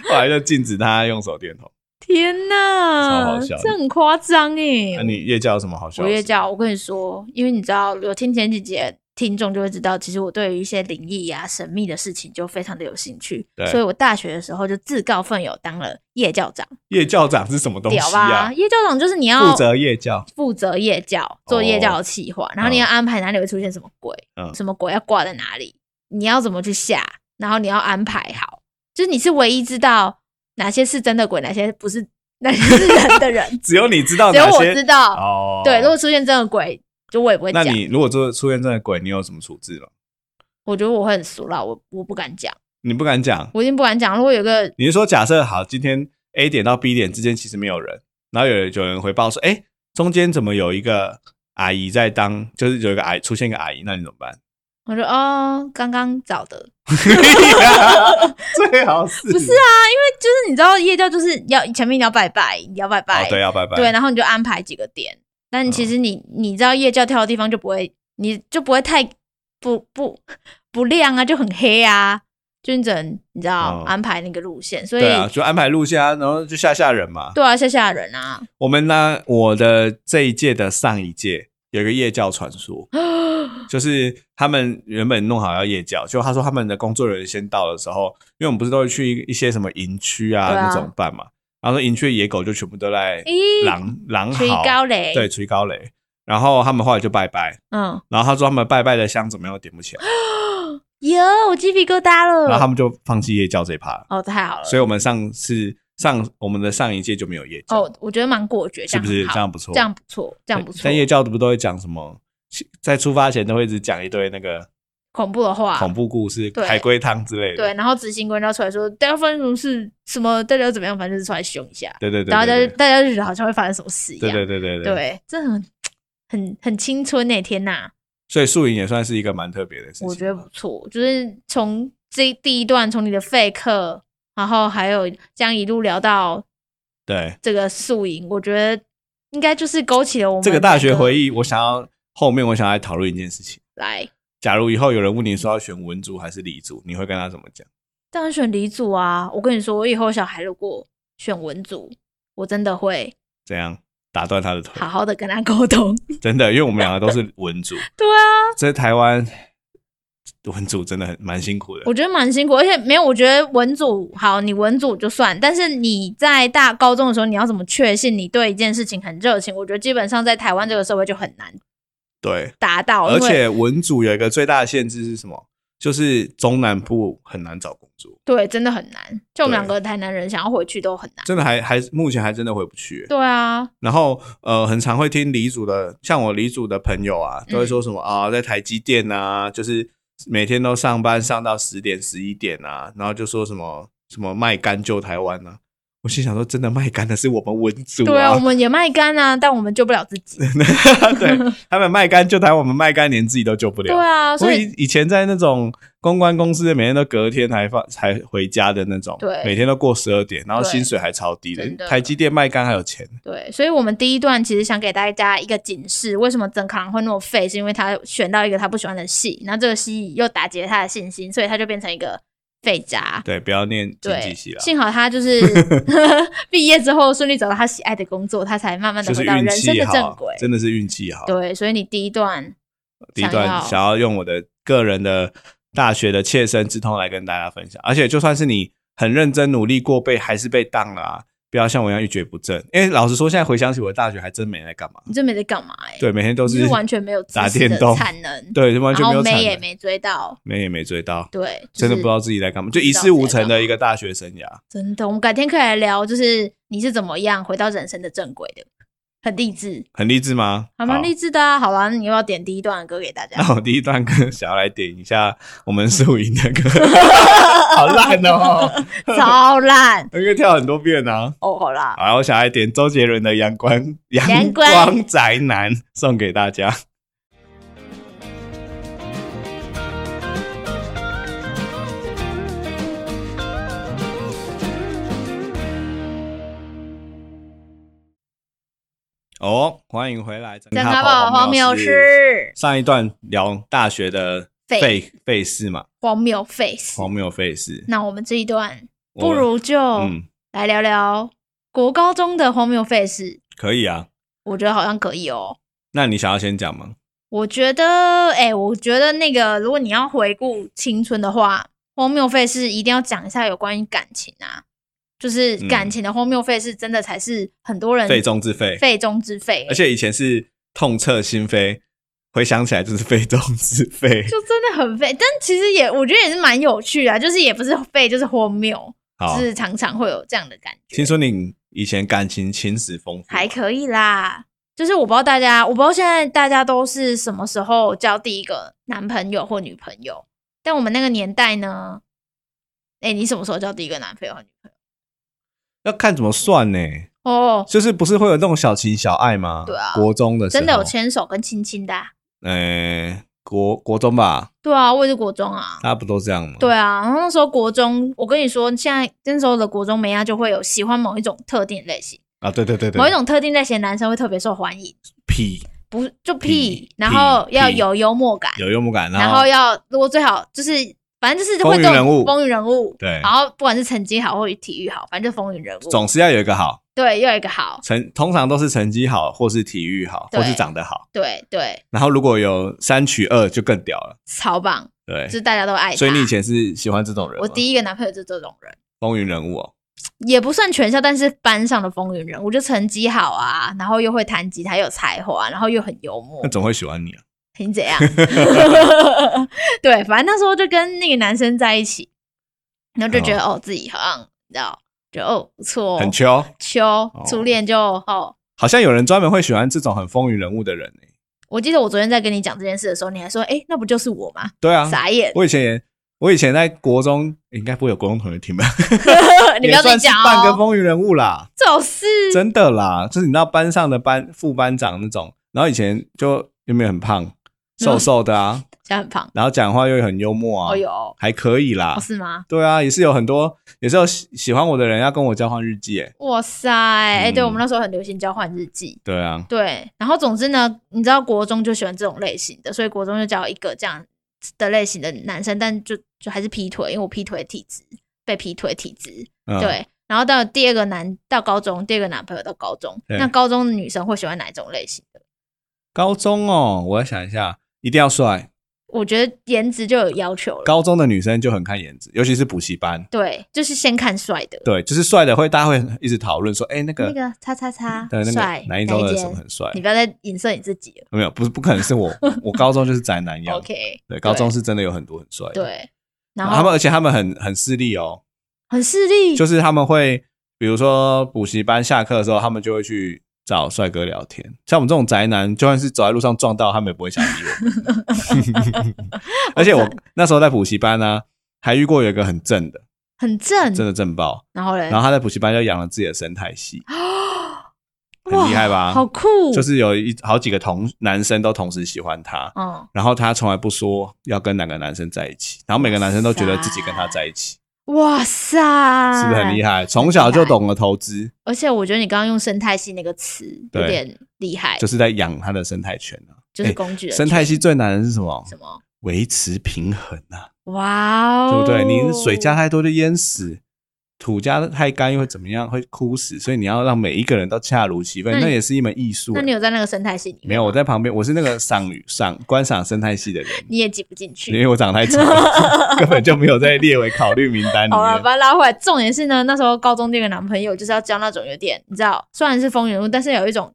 后来就禁止他用手电筒。
天
超
呐
好笑，的
这很夸张
那、
哎！
你夜教有什么好笑
我
的事？
越叫，我跟你说，因为你知道，有听前几节听众就会知道，其实我对于一些灵异啊、神秘的事情就非常的有兴趣
对，
所以我大学的时候就自告奋勇当了夜教长，
夜教长是什么东西
屌吧？
啊？
夜教长就是你要
负责夜教，
负责夜教，做夜教的企划，然后你要安排哪里会出现什么鬼，
哦嗯，
什么鬼要挂在哪里，你要怎么去下，然后你要安排好，就是你是唯一知道哪些是真的鬼，哪些不是，哪些是人的人
只有你知道
只有
哪
我
些
知道。
哦。
对，如果出现真的鬼，就我也不会
那
讲。
你如果出出现这样的鬼，你有什么处置吗？
我觉得我会很俗辣，我我不敢讲，
你不敢讲，
我已经不敢讲。如果有个
你是说假设好，今天 A 点到 B 点之间其实没有人，然后有有人回报说，哎、中间怎么有一个阿姨在当，就是有一个阿姨出现一个阿姨，那你怎么办？
我说哦，刚刚找的，
啊 最好是
不是啊？因为就是你知道夜教就是要前面你要拜拜，你要拜拜，
哦，对，要拜拜，
对，然后你就安排几个点。但
嗯
其实你、你知道夜教跳的地方就不会，你就不会太不不不亮啊，就很黑啊，就你只能你知道、
哦
安排那个路线，所以
对啊，就安排路线啊，然后就吓吓人嘛。
对啊，吓吓人啊！
我们呢，我的这一届的上一届有一个夜教传 说，就是他们原本弄好要夜教，就他说他们的工作人员先到的时候，因为我们不是都会去一些什么营区啊
对啊
那种办嘛，然后说营区的野狗就全部都在
咦
狼狼
吹
嚎，
高雷，
对，，吹高雷，然后他们后来就拜拜，
嗯，
然后他说他们拜拜的香怎么样都点不起来，
有我鸡皮疙瘩了。
然后他们就放弃夜教这一趴了，
哦，太好了，
所以我们上次上我们的上一届就没有夜教，
哦，我觉得蛮果决，
是不是这
这样很好
样不错？
这样不错，这样不错
但。夜教不都会讲什么？在出发前都会一直讲一堆那个
恐怖的话，
恐怖故事、
对
海龟汤之类的。
对，然后执行官就要出来说，大家发生什么事，什么大家怎么样，反正就是出来凶一下，
对对对
然后大
对
家大家就觉得好像会发生什么事一样。
对对对对对。
对这很很很青春呢、天呐，
所以宿营也算是一个蛮特别的事情。
我觉得不错，就是从这第一段，从你的废课，然后还有这样一路聊到
对
这个宿营，我觉得应该就是勾起了我们
这个大学回
忆
忆，我想要后面我想要来讨论一件事情。
来。
假如以后有人问你说要选文组还是理组，你会跟他怎么讲？
当然选理组啊！我跟你说，我以后小孩如果选文组，我真的会
怎样打断他的腿
好？好的跟他 沟通。
真的，因为我们两个都是文组，
对啊，
在台湾文组真的很蛮辛苦的。
我觉得蛮辛苦，而且没有，我觉得文组好，你文组就算，但是你在大高中的时候，你要怎么确信你对一件事情很热情？我觉得基本上在台湾这个社会就很难
对，
达到，
而
因为
且文组有一个最大的限制是什么？就是中南部很难找工作，
对，真的很难。就我们
对
两个台南人想要回去都很难。
真的还还目前还真的回不去。
对啊，
然后呃，很常会听李组的，像我李组的朋友啊，
嗯
都会说什么啊、在台积电啊，就是每天都上班上到十点十一点啊，然后就说什么什么卖干救台湾啊。我心想说，真的卖干的是我们文组
对啊，我
啊，
们也卖干啊，但我们救不了自己。
对啊他们卖干救台湾，我们卖干连自己都救不了。
对啊，
我
所以
以以前在那种公关公司，每天都隔天才放才回家的那种，
对
每天都过十二点，然后
对
薪水还超低的
真，的
台积电卖干还有钱，
对，所以我们第一段其实想给大家一个警示：为什么曾康会那么废，是因为他选到一个他不喜欢的戏，然后这个戏又打击了他的信心，所以他就变成一个废渣。
对，不要念经济
对
系，啦，
幸好他就是 毕业之后顺利找到他喜爱的工作，他才慢慢的
就
回
是
到
运
人生
气
的正
好
轨，。
真的是运气好。
对，所以你第一段
第一段
想要
想要用我的个人的大学的切身之痛来跟大家分享，而且就算是你很认真努力过被还是被当了啊，不要像我一样一蹶不振。因为老实说，现在回想起我的大学还真没在干嘛，
你这没在干嘛、欸？
对，每天都
你
是
是完全没有知
打
识
电
的
动，
产能，
对，完全
然
没
后
有产
妹也
能
没追到，
没也没追到，
对，就
真的
是
不知道自己在干嘛，就
不
一
知道
事无
自己在
成的
干
一个大学生涯。
真的，我们改天可以来聊，就是你是怎么样回到人生的正轨的，很励志，
很励志吗？
还蛮
好
励志的啊。好啦，那你要不要点第一段的歌给大 家？
那我第一段歌想要来点一下我们素云的 歌，好烂哦，
超烂
那个跳很多遍啊。
哦，好啦，
好，我想来点周杰伦的《阳光阳
阳光
光宅男》，送给大家。哦，欢迎回来，
真
卡
卡
跑
宝荒谬事，
上一段聊大学的
废
废废事嘛，
荒谬 face。
荒谬废事，
那我们这一段
我
不
们
如就
嗯，
来聊聊国高中的荒谬 face，
可以啊。
我觉得好像可以哦。
那你想要先讲吗？
我觉得，哎、我觉得那个，如果你要回顾青春的话，荒谬费是一定要讲一下有关于感情啊，就是感情的荒谬费是真的才是很多人
嗯废中之废，
肺中之肺，
而且以前是痛彻心扉，回想起来就是 非中之非。
就真的很废。但其实也，我觉得也是蛮有趣的啊、就是也不是废，就是荒谬，
好
就，是常常会有这样的感觉。
听说你以前感情情史丰富，
还可以啦。就是我不知道大家，我不知道现在大家都是什么时候交第一个男朋友或女朋友，但我们那个年代呢，哎、你什么时候交第一个男朋友和女朋友？
要看怎么算呢？
哦，
就是不是会有那种小情小爱吗？
对啊
国中的时候
真的有牵手跟亲亲的啊、
呃，国国中吧，
对啊，我也是国中啊。
大家不都这样吗？
对啊，然后那时候国中，我跟你说，现在那时候的国中美亚就会有喜欢某一种特定类型，
啊，对对对对，
某一种特定类型的男生会特别受欢迎，
屁
不就
屁
屁，然后
屁
要有幽默感，
有幽默感，
然后
后
要如果最好就是反正就是会
风云
动
人物
风云人物，
对
然后不管是成绩好或者体育好，反正就风云人物，
总是要有一个好
对，又有一个好，
成，通常都是成绩好，或是体育好，
对
或是长得好。
对对，
然后如果有三取二，就更屌了。
超棒，
对
就，是大家都爱他。
所以你以前是喜欢这种人吗？
我第一个男朋友就是这种人，
风云人物哦，
也不算全校，但是班上的风云人物，就成绩好啊，然后又会弹吉他，又有才华，然后又很幽默
那，怎么会喜欢你啊？
你怎 样？对，反正那时候就跟那个男生在一起，然后就觉得哦自己好像你知道，就哦不错、哦，
嗯很秋，
秋初恋就哦。
好像有人专门会喜欢这种很风云人物的人欸
我记得我昨天在跟你讲这件事的时候，你还说：“哎、那不就是我吗
对？”啊，
傻眼，
我以前也，我以前在国中，应该不会有国中同学听吧？
你不
也
要再
算是
讲
半个
哦，嗯
风云人物啦，
就是
真的啦，就是你知道班上的班副班长那种，然后以前就有没有很胖，瘦瘦的啊，
现在很胖。
然后讲话又很幽默啊
嗯哦，哟，
还可以啦
哦，。是吗？
对啊，也是有很多，也是有喜喜欢我的人要跟我交换日记，哎，
哇塞！哎、对
嗯
我们那时候很流行交换日记。
对啊，
对，然后总之呢，你知道国中就喜欢这种类型的，所以国中就交一个这样的类型的男生，但就就还是劈腿，因为我劈腿体质，被劈腿体质。
嗯，
对，然后到第二个男到高中，第二个男朋友到高中，
对
那高中的女生会喜欢哪一种类型的？
高中哦，我要想一下，一定要帅，
我觉得颜值就有要求了。
高中的女生就很看颜值，尤其是补习班，
对，就是先看帅的，
对，就是帅的会大家会一直讨论说，哎，那个嗯
那个叉叉叉
对那
帅
个南一中的
哪一
什么
间
很帅，
你不要再影射你自己了。
没有，不是不可能是我， 我高中就是宅男样，
OK，
对，高中是真的有很多很帅的，
对，
然
然
后他
后
们而且他们很很势利哦，
很势利，
就是他们会，比如说补习班下课的时候，他们就会去找帅哥聊天。像我们这种宅男，就算是走在路上撞到，他们也不会想理我们。 而且我那时候在补习班呢、还遇过有一个很正的，
很正。
真的正爆。
然后嘞，
然后他在补习班就养了自己的生态系，
哦
很
哇
厉害吧？
好酷，
就是有一好几个同男生都同时喜欢他，
嗯，
然后他从来不说要跟哪个男生在一起，然后每个男生都觉得自己跟他在一起，
哇塞，
是
是
不是很厉
害？
害？从小就懂了投资，
而且我觉得你刚刚用生态系那个词有
对
点厉害，
就是在养他的生态圈啊。
就是
哎
工具人
生态系最难的是什么？
什么？
维持平衡啊，
哇哦，
对不对？你水加太多就淹死，土加得太干又会怎么样？会枯死。所以你要让每一个人都恰如其分
那，你
那也是一门艺术
那
欸。
你有在那个生态系里面？
没有，我，在旁边，我是那个赏与赏观赏生态系的人，
你也挤不进
因
去。
为我长太丑了， 根本就没有在列为考虑名单里
好了，
面。
把它拉回来。重点是呢，那时候高中那个男朋友就是要交那种有点，你知道，虽然是风云人物，但是有一种，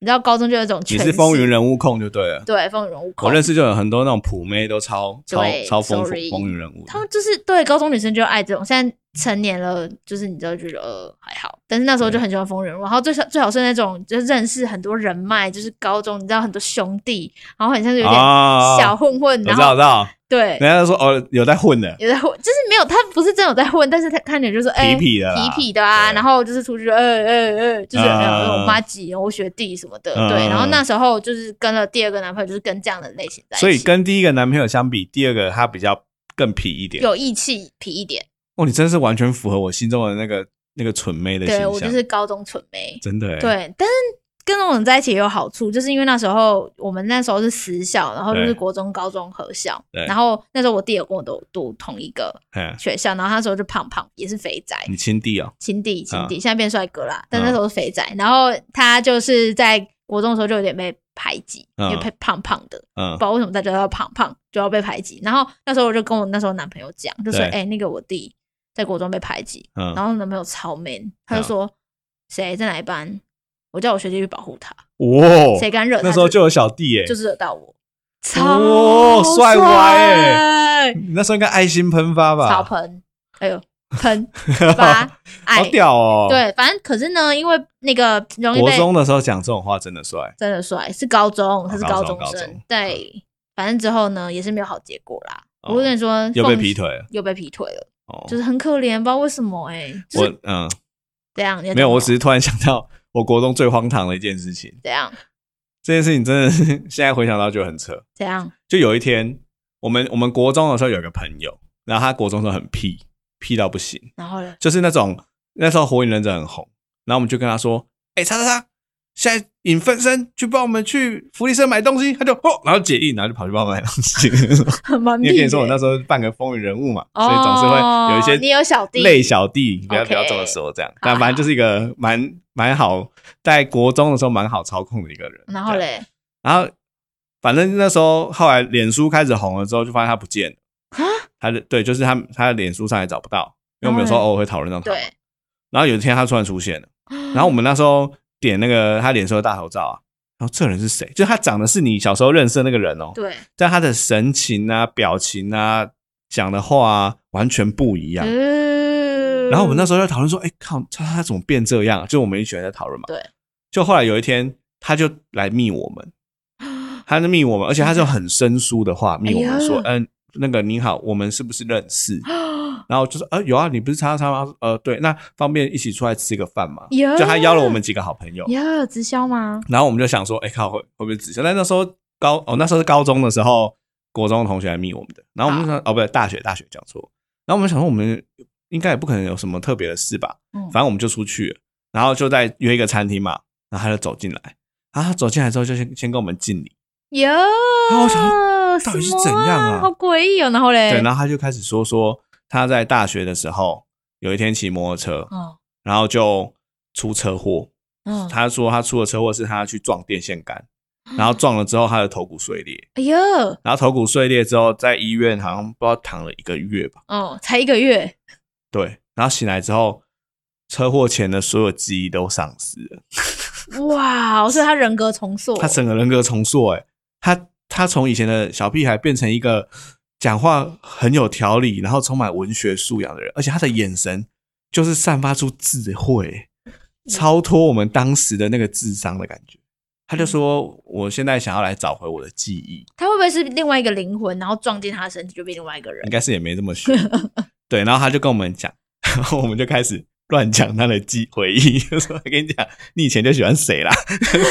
你知道，高中就有一种
你
权势
是风云人物控就对了。
对风云人物控
我认识就有很多那种普妹都超超
对
超风
sorry
风云人物的，
他们就是对高中女生就爱这种，现在成年了，就是你知道就觉得呃还好，但是那时候就很喜欢疯人物，然后最少最好是那种就是认识很多人脉，就是高中你知道很多兄弟，然后很像是有点
啊
小混混，
我
然
知道我
后
知道，
对
人家都说哦有在混的，
有在混，就是没有他不是真有在混，但是他看起来就是哎
痞痞的啦
痞痞的啊，
对
然后就是出去呃呃呃，就是有
嗯
有有我妈几我学弟什么的，
嗯
对，然后
嗯
那时候就是跟了第二个男朋友，就是跟这样的类型在一起，
所以跟第一个男朋友相比，第二个他比较更痞一点。
有义气痞一点，
哦，你真是完全符合我心中的那个那个蠢妹的形
对
象，
我就是高中蠢妹，
真的欸。
对，但是跟那种人在一起也有好处，就是因为那时候我们那时候是私校，然后就是
对
国中、高中合校，
对
然后那时候我弟有跟我都读同一个
嗯，
学校，然后他那时候就胖胖，也是肥宅，
你亲弟哦，
亲弟亲
啊
弟，现在变帅哥啦，但那时候是肥宅，然后他就是在国中的时候就有点被排挤，因为
嗯
太胖胖的，
嗯
不知，道为什么大家都要胖胖就要被排挤，然后那时候我就跟我那时候男朋友讲，就说
对
哎、那个我弟在国中被排挤，
嗯
然后男朋友超 man，他就
啊
说谁在哪一班，我叫我学弟去保护他，
哇，
谁敢惹他，
哦那时候就有小弟哎，
就是惹到我，
哇
超
帅欸
帅
歪你那时候应该爱心喷发吧？
超喷，哎呦 喷 发
好
爱，
屌哦！，
对，反正可是呢，因为那个容易
国
被
中的时候讲这种话真的 帅，
真的帅，是高中，他是
高中
中
高
生
中，嗯
对，反正之后呢也是没有好结果啦。
哦
我跟你说，
又被
凤
劈腿了
又被劈腿了，
哦
就是很可怜，不知道为什么哎，就是
我嗯，
这样你的
没有，
头
我
脑
只是突然想到，我国中最荒唐的一件事情，
怎样
这件事情真的是现在回想到就很扯。
怎样，
就有一天，我们我们国中的时候有个朋友，然后他国中的时候很屁，屁到不行，
然后呢？
就是那种那时候火影忍者很红，然后我们就跟他说：“哎、叉叉叉，现在影分身去帮我们去福利社买东西。”他就哦，然后解印，然后就跑去帮我买东西。
蛮
你也
密
可以说我
的
那时候半个风云人物嘛，所以总是会有一些
哦你有小弟
类小弟，不要
OK
不要这么说这样。
好
但反正就是一个蛮蛮好，在国中的时候蛮好操控的一个人。
然后
这样
嘞，
然后反正那时候后来脸书开始红了之后，就发现他不见了。
啊
他的对，就是他他的脸书上也找不到，因为我们有时候
然后嘞
偶尔会讨论到他。
哦对，
然后有一天他突然出现 了，然后我们那时候点那个他脸书的大头照啊，然后这人是谁？就他长得是你小时候认识的那个人哦，
对，
但他的神情啊、表情啊、讲的话啊，完全不一样。
嗯
然后我们那时候就讨论说，哎、靠，他他怎么变这样啊？就我们一群人在讨论嘛。
对。
就后来有一天，他就来密我们，他就密我们，而且他就很生疏的话密我们说，嗯、那个你好，我们是不是认识？
嗯
然后就说，呃，有啊，你不是叉叉叉吗？呃，对，那方便一起出来吃个饭吗？
呀
就他邀了我们几个好朋友，
呀有直销吗？
然后我们就想说，哎、靠，会会不会直销？但那时候高，哦，那时候是高中的时候，国中的同学来密我们的，然后我们就
啊
想，哦，不对，大学大学讲错，然后我们想说，我们应该也不可能有什么特别的事吧，
嗯
反正我们就出去了，然后就在约一个餐厅嘛，然后他就走进来，然后他走进来之后就先先跟我们敬礼，
有，
后啊我想
什
到底
么
是怎样啊
好诡异哦！然后嘞，
对，然后他就开始说说他在大学的时候有一天骑摩托车，
哦，
然后就出车祸，
嗯，
他说他出的车祸是他去撞电线 杆，然后撞了之后他的头骨碎裂。
哎呦，
然后头骨碎裂之后，在医院好像不知道躺了一个月吧，
哦，才一个月，
对。然后醒来之后，车祸前的所有记忆都丧失了，
哇！所以他人格重塑，
他整个人格重塑、欸，他他从以前的小屁孩变成一个讲话很有条理，然后充满文学素养的人，而且他的眼神就是散发出智慧、欸超脱我们当时的那个智商的感觉。他就说：“我现在想要来找回我的记忆。”
他会不会是另外一个灵魂，然后撞进他的身体就变另外一个人
应？该是也没这么悬。对，然后他就跟我们讲，然后我们就开始乱讲他的记回忆，就说：“我跟你讲，你以前就喜欢谁啦？”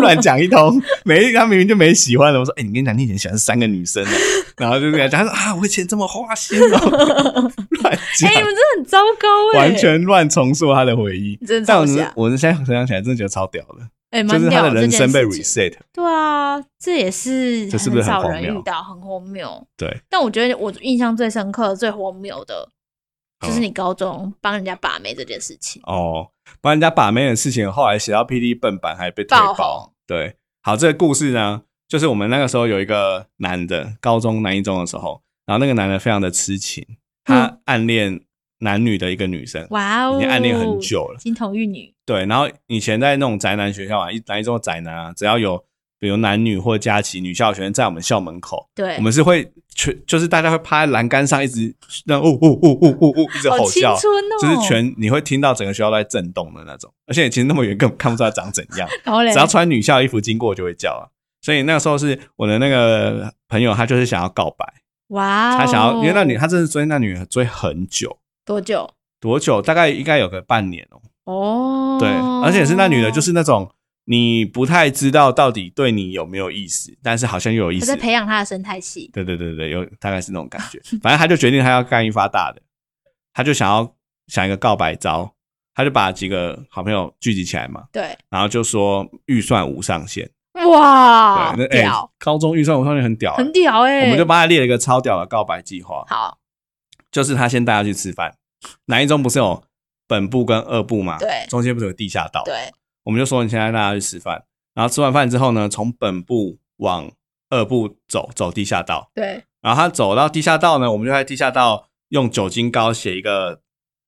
乱讲一通，没他明明就没喜欢的。我说：“哎、你跟你讲，你以前喜欢三个女生的。”然后就跟他讲，他说：“啊，我以前这么花心哦、 乱
哎、
讲，
你们真的很糟糕哎、
完全乱重塑他的回忆
你。真的
但
嗯超
我
瞎
是我是现在回想起来，真的觉得超屌的，
哎，蛮
就是他的
屌
人
这件
生被
事情
reset。
对啊，这也是
这是不是
很少
很
人
荒谬
遇到，很荒谬。
对，
但我觉得我印象最深刻、最荒谬的，就是
嗯
你高中帮人家把妹这件事情。
哦，帮人家把妹的事情，后来写到 PD 笨版还被推
爆
爆。
红
对，好，这个故事呢，就是我们那个时候有一个男的，高中男一中的时候，然后那个男的非常的痴情，他暗恋男女的一个女生，
嗯哇哦，
已经暗恋很久了
金童玉女，
对，然后以前在那种宅男学校啊，一男一中的宅男啊，只要有比如男女或佳琪女校学生在我们校门口，
对，
我们是会全就是大家会趴在栏杆上一直那哦哦哦哦哦哦一直
好
吼
青
叫。
春哦，
就是全你会听到整个学校都在震动的那种，而且其实那么远根本看不出来长怎 样，
然后嘞，
只要穿女校衣服经过我就会叫啊。所以那个时候是我的那个朋友，他就是想要告白，
哇哦，
他想要，因为那女他真的追那女的追很久，
多久
多久？大概应该有个半年哦、
哦？
对，而且是那女的，就是那种你不太知道到底对你有没有意思，但是好像又有意
他
思
在。培养他的生态系，
对对对对，有大概是那种感觉。反正他就决定他要干一发大的，他就想要想一个告白招，他就把几个好朋友聚集起来嘛，
对，
然后就说预算无上限。
哇，
对，那哎、
啊屌，
高中预算无上限很屌、欸，
很屌哎，
我们就帮他列了一个超屌的告白计划，
好，
就是他先带他去吃饭。南一中不是有本部跟二部嘛？
对
中间不是有地下道？，
对，
我们就说你现在带他去吃饭，然后吃完饭之后呢，从本部往二部走，走地下道。
对，
然后他走到地下道呢，我们就在地下道用酒精膏写一个，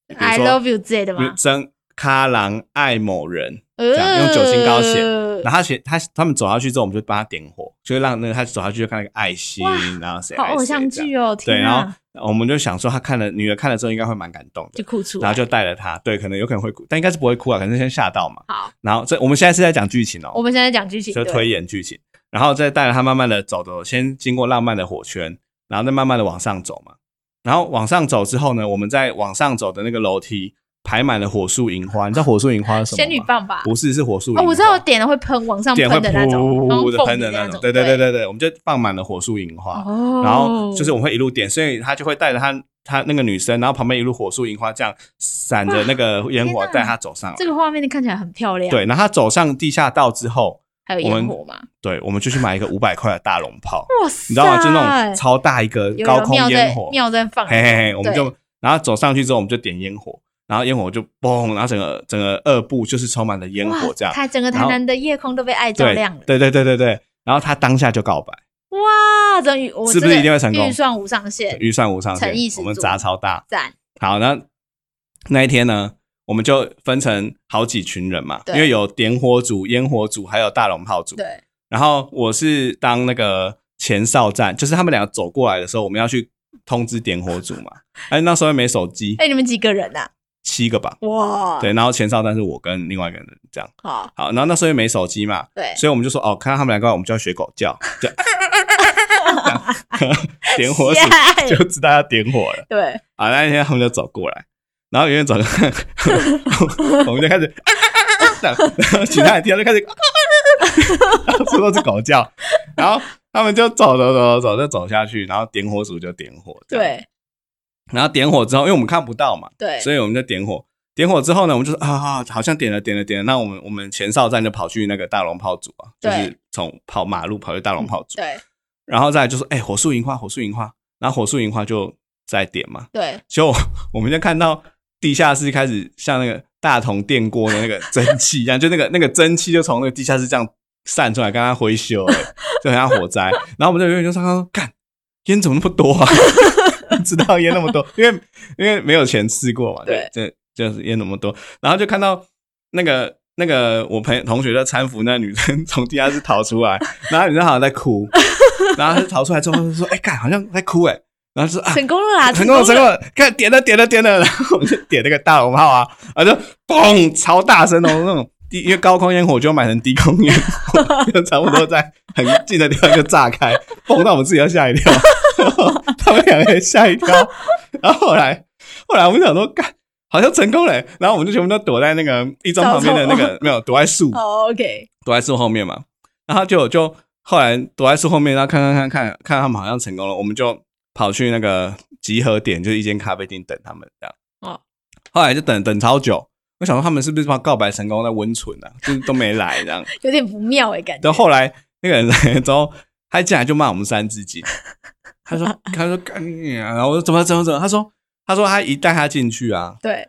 比如
I
说
love you 之类的
比如
吗？
真卡郎爱某人，
这
样用酒精膏写然后
写，
他写他他们走下去之后，我们就帮他点火，就会让那个他走下去就看到一个爱心
哇，
然后谁
好
爱
偶
谁
像
这样
剧哦，
对，
天
然
啊
后，我们就想说，他看了女的看了之后应该会蛮感动
就
的，
哭出来，
然后就带了他，对，可能有可能会哭，但应该是不会哭啊，可能是先吓到嘛。
好，
然后这我们现在是在讲剧情哦，
我们现在讲剧情，
就
对
推演剧情，然后再带着他慢慢的走走，先经过浪漫的火圈，然后再慢慢的往上走嘛。然后往上走之后呢，我们在往上走的那个楼梯，排满了火树银花。你知道火树银花是什么吗？
仙女棒吧？
不是，是火树银花。
哦，我知道，点了会喷，往上
点会
喷的那种，然后
噗的喷的
那
种。对
对
对对。对对，我们就放满了火树银花，
哦，
然后就是我们会一路点，所以他就会带着他他那个女生，然后旁边一路火树银花这样闪着那个烟火
天哪
带她走上来
这。个画面看起来很漂亮，，
对，然后他走上地下道之后，
还有
我们
烟火嘛，
对，我们就去买一个五百块的大龙 炮，
哇塞，
你知道吗？就那种超大一个
有
高
有
空
庙在
烟火，
庙在放，
嘿嘿嘿，我们
对
就然后走上去之后，我们就点烟火，然后烟火就嘣，然后整个整个二部就是充满了烟
哇
火这样，
台整个台
然后
南的夜空都被爱照
对
亮了，
对对对对对，然后他当下就告白，
哇，真预我
是不是
真的
一定会成功
预算无上限，
预算无上限
诚意，十
我们
足
砸超大。
赞，
好，那那一天呢，我们就分成好几群人嘛，
对
因为有点火组、烟火组，还有大龙炮组。
对，
然后我是当那个前哨站，就是他们两个走过来的时候，我们要去通知点火组 嘛。哎，那时候又没手机，
哎，你们几个人啊？
七个吧。
哇，
对，然后前哨站是我跟另外一个人这样。
好，
好，然后那时候又没手机嘛，
对，
所以我们就说哦，看到他们两个，我们就要学狗叫， 就 点火组
吓
就知道要点火了。
对，
啊，那一天他们就走过来，然后远远走过来， 我们就开始这样，然后其他人听到就开始， 然后说都是狗叫，然后他们就走走走走走就走下去，然后点火组就点火，，
对，
然后点火之后，因为我们看不到嘛，
对，
所以我们就点火。点火之后呢，我们就说啊啊，好像点了点了点了。那我们我们前哨站就跑去那个大龙炮组啊，就
对
是从跑马路跑去大龙炮组，
对，
然后再来就说哎、火树银花，火树银花，然后火树银花就再点嘛，
对，
就我们就看到地下室开始像那个大同电锅的那个蒸汽一样，就那个那个蒸汽就从那个地下室这样散出来，刚刚灰咻、欸，就很像火灾。然后我们就远远就上看，看烟怎么那么多啊？知道烟那么多，因为因为没有钱吃过嘛，
对
就就就是烟那么多。然后就看到那个那个我朋友同学在搀扶那女生从地下室逃出来，然后女生好像在哭，然后她逃出来之后就说：“哎、干，好像在哭哎、欸然后就说啊，
成功了啦，
成功了，成
了，
功了！看点了，点了，点了，然后我就点那个大龙炮啊，然后就嘣，超大声哦，那种低，因为高空烟火就买成低空烟火，就差不多在很近的地方就炸开，蹦到我们自己要吓一跳，然后他们两个也吓一跳，然后后来后来我们想说，干，好像成功了，然后我们就全部都躲在那个一中旁边的那个没有躲在树
哦，OK，
躲在树后面嘛，然后就就后来躲在树后面，然后看看看看看他们好像成功了，我们就跑去那个集合点，就是一间咖啡厅等他们这样。
哦，
后来就等等超久，我想说他们是不是怕告白成功在温存啊，就是都没来这样。
有点不妙哎，感觉
然后后来那个人来了之后，他进来就骂我们三字经，他说他说干你啊，然后我说怎么怎么怎么，他说他说他一带他进去啊，
对，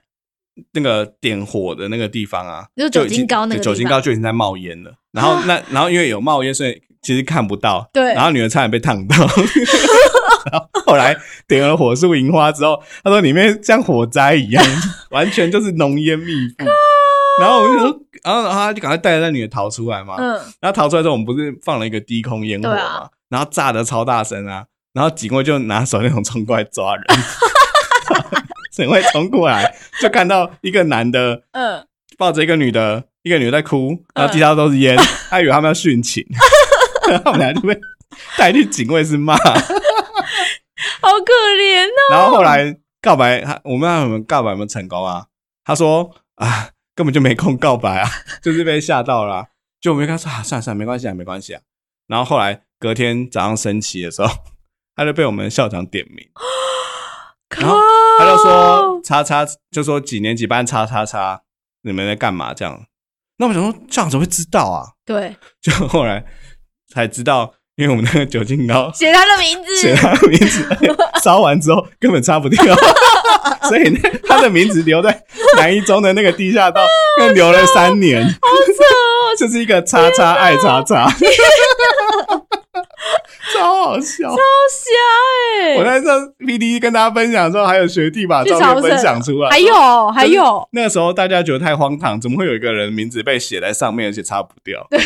那个点火的那个地方啊，
就是酒
已经
精高那个
对
地方
酒精高就已经在冒烟了。然 后那然后因为有冒烟，所以其实看不到。
对
然后女儿差点被烫到。然后后来点了火树银花之后，他说里面像火灾一 样，完全就是浓烟密布。然后我就说，然后然后他就赶快带着那女的逃出来嘛。
嗯，
然后逃出来之后，我们不是放了一个低空烟火嘛，
对啊
然后炸的超大声啊，然后警卫就拿手电筒冲过来抓人， 警卫冲过来就看到一个男的
嗯，
抱着一个女的，一个女的在哭，然后地上都是
嗯
烟，他以为他们要殉情， 然后他们俩就被带去警卫室骂，
好可怜 哦，
然后后来告白，他我们让我们告白有没有成功啊？他说啊，根本就没空告白啊， 就是被吓到了啊、就我们就跟他说啊，算了算了，没关系啊，没关系啊。然后后来隔天早上升旗的时候， 他就被我们校长点名，然后他就说
靠
叉叉，就说几年级班叉叉叉，你们在干嘛这样？那我想说校长怎么会知道啊？
对，
就后来才知道，因为我们那个酒精高
写他的名
写
字，
他的名字， 而且烧完之后根本擦不掉， 所以呢他的名字留在南一中的那个地下道，又留了三年，好哦扯，就是一个叉叉爱叉叉， 超好笑。
好瞎哎，
我在这 PPT 跟大家分享的时候，还有学弟把
去
照
朝
片
圣
分享出来，
还有还有，
那个时候大家觉得太荒唐，怎么会有一个人名字被写在上面，而且擦不掉？对，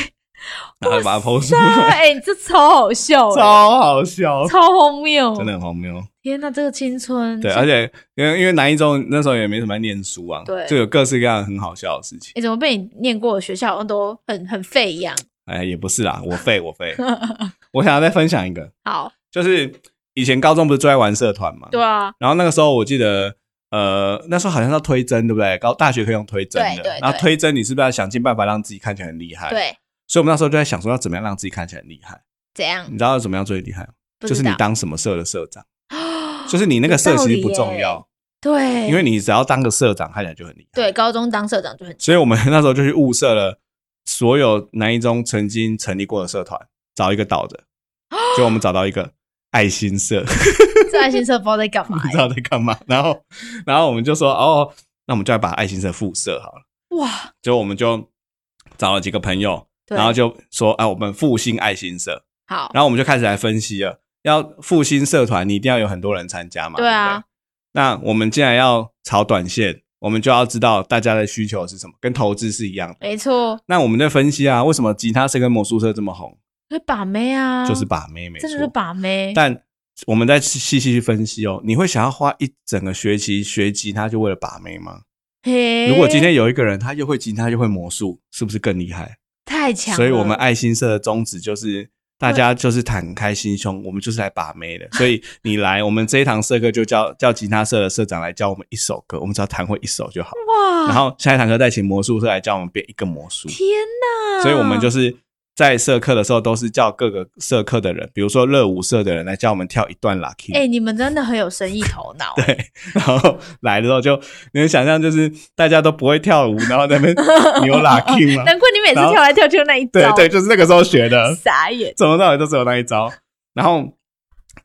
然后把它 PO 出来，
哎、你这超好笑、欸，
哦超好笑，
超荒谬，
真的。很荒谬。
天哪，这个青春，
对，啊
哎、
而且因为因为南一中那时候也没什么在念书啊，
对
就有各式各样很好笑的事情。
哎怎么被你念过的学校好像都很很废一样？
哎，也不是啦，我废我 废。我想要再分享一个，
好，
就是以前高中不是最爱玩社团嘛，
对啊，
然后那个时候我记得，呃，那时候好像要推甄，对不对？高大学可以用推甄的，
对对
然后
对
推甄你是不是要想尽办法让自己看起来很厉害？，
对，
所以我们那时候就在想说要怎么样让自己看起来很厉害。
怎样
你？知道要怎么样最厉害吗？
不
就是
知
你
道啊
当什么社的社长，就是你那个社其实不重
有道理哎
要，
对，
因为你只要当个社长，看起来就很厉害。
对高中当社长就很
所以我们那时候就去物色了所有南一中曾经成立过的社团，找一个岛 的，就我们找到一个爱心社，
这爱心社不知道在干嘛
不知
欸、
道在干嘛。然后，然后我们就说，哦，那我们就来把爱心社复社好了。
哇，
就我们就找了几个朋友，
对
然后就说，哎、我们复兴爱心社。
好，
然后我们就开始来分析了，要复兴社团，你一定要有很多人参加嘛。
对啊
不对那我们既然要炒短线，我们就要知道大家的需求是什么，跟投资是一样的。
没错，
那我们在分析啊，为什么吉他社跟魔术社这么红，
就是把妹啊，
就是把妹，没错
真的是把妹，
但我们再细细去分析哦，你会想要花一整个学期学吉他就为了把妹吗？
嘿，
如果今天有一个人他又会吉他又会魔术，是不是更厉害？
太强了，
所以我们爱心社的宗旨就是大家就是坦开心胸，我们就是来把妹的。所以你来，我们这一堂社课就叫叫吉他社的社长来教我们一首歌，我们只要弹会一首就好。
哇，
然后下一堂课再请魔术社来教我们变一个魔术。
天哪，
所以我们就是在社课的时候都是叫各个社课的人，比如说热舞社的人来教我们跳一段 lucky，、
哎、你们真的很有生意头脑， 欸对，
然后来的时候就你能想象就是大家都不会跳舞，然后在那 边扭 lucky 吗？
难怪你每次跳来跳去就那一
对
招，
对，就是那个时候学的。
傻眼，
从头到尾都只有那一招。然后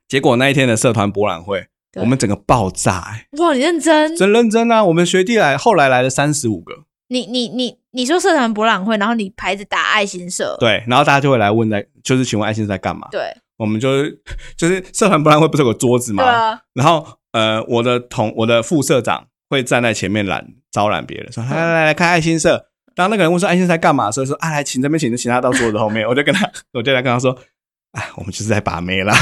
结果那一天的社团博览会，
对
我们整个爆炸、欸，
哇，你认真，
真认真啊！我们学弟来，后来来了三十五个，
你你你你说社团博览会，然后你牌子打爱心社，
对，然后大家就会来问在，就是请问爱心是在干嘛？
对
我们就是 就是社团博览会不是有个桌子
对
吗？
啊，
然后呃，我的同我的副社长会站在前面揽招揽别
嗯
人，说来来来来看爱心社。当那个人问说爱心社在干嘛的时候，说啊来请这边请，请他到桌子后面， 我就跟他我就来跟他说，哎，我们就是在把 妹啦。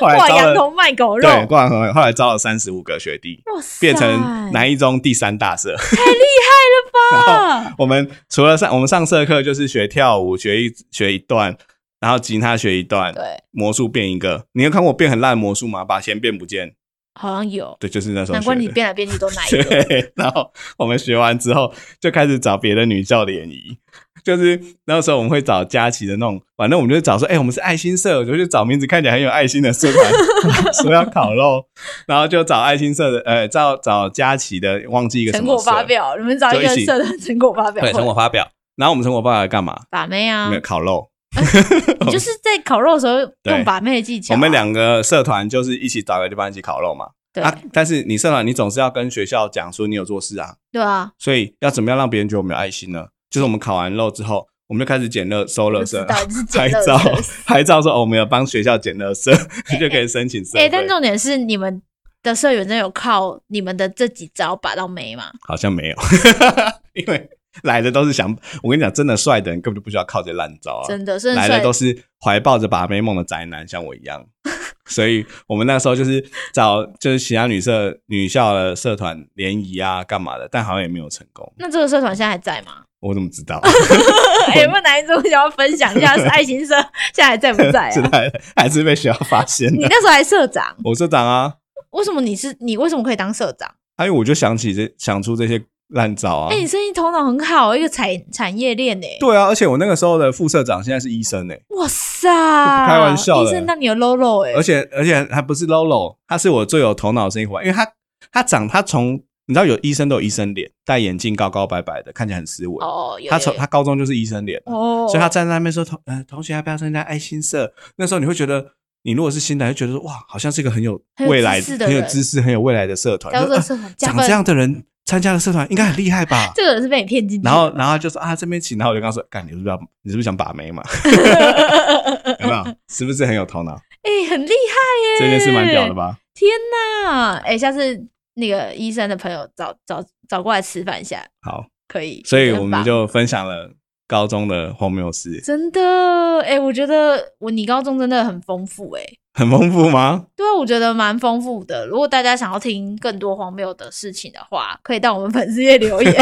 后来
挂
哎招
羊
了
头卖狗肉，
对，灌很后来招了三十五个学弟，
哇塞，
变成南一中第三大社。
啊，
我们除了上我们上社课就是学跳舞，学一学一段，然后吉他学一段，
对，
魔术变一个。你有看过我变很烂的魔术吗？把弦变不见，
好像有，
对，就是那时候
难怪
学
你
的。
变来变去都 那一个，
对，然后我们学完之后就开始找别的女校联谊，就是那时候我们会找佳琪的那种，反正我们就找说，哎、我们是爱心社，我就去找名字看起来很有爱心的社团， 说要烤肉，然后就找爱心社的，呃，找找佳琪的，忘记一个什
成
么
果
社
发，表，你们找一个
就一起
社团成果发表
对，
会，
成果发表。然后我们成果发表干嘛？
把妹啊
没，有烤肉。
你就是在烤肉的时候
对
用把妹的技巧啊，
我们两个社团就是一起找个地方一起烤肉嘛。
对
啊，但是你社团你总是要跟学校讲说你有做事啊，
对 啊，
所以要怎么样让别人觉得我们有爱心呢？就是我们烤完肉之后，我们就开始捡垃收垃
不
圾
知，道你是捡
啊 拍
垃
照
圾。
拍照说哦，我们有帮学校捡垃圾， 就可以申请社
哎、
会。
但重点是你们的社员真的有靠你们的这几招把到眉吗？
好像没有， 因为来的都是想，我跟你讲，真的帅的人根本就不需要靠这些烂招啊，
真的，甚至
来的都是怀抱着把妹梦的宅男，像我一 样。所以我们那时候就是找就是其他女社女校的社团联谊啊，干嘛的，但好像也没有成功。
那这个社团现在还在 吗？
我怎么知 道？
哎、欸，不，男一中想要分享一 下是爱心社现在还在不在
是
啊？
还还是被学校发现
你
了？
那时候还社长，
我社长啊，
为什么你是你为什么可以当社长？
哎，我就想起这想出这些烂招啊。
哎、你生意头脑很好，一个产产业链呢、
对啊，而且我那个时候的副社长现在是医生呢、
哇塞，
不开玩笑的
医生当你的 Lolo 哎、
而且而且还不是 Lolo，他是我最有头脑的生意伙伴，因为他他长他从你知道有医生都有医生脸，戴眼镜高高白白的，看起来很斯文。
哦，有
他从
有
他高中就是医生脸，
哦，
所以他站在那边说同呃同学要不要参加爱心社？那时候你会觉得，你如果是新来，就觉得说哇，好像是一个很有
很有
未来
知识的
很有
人
知识、很有未来的社团。
加入
就
这
呃
个社团加
长
分
这，样的人参加了社团，应该很厉害 吧？
这个人是被你骗进去，
然后，然后他就说啊，这边请。然后我就跟他说，干，你是不是要，你是不是想把妹嘛？ 有没有？是不是很有头 脑？
哎、很厉害耶！
这件事蛮屌的？吧？
天哪！哎、下次那个医生的朋友找找找过来吃饭一下，
好，
可以。
所以
很
我们
棒
就分享了高中的荒谬事，
真的哎、我觉得我你高中真的很丰富哎、
很丰富吗？。
对啊，我觉得蛮丰富的。如果大家想要听更多荒谬的事情的话，可以到我们粉丝页留言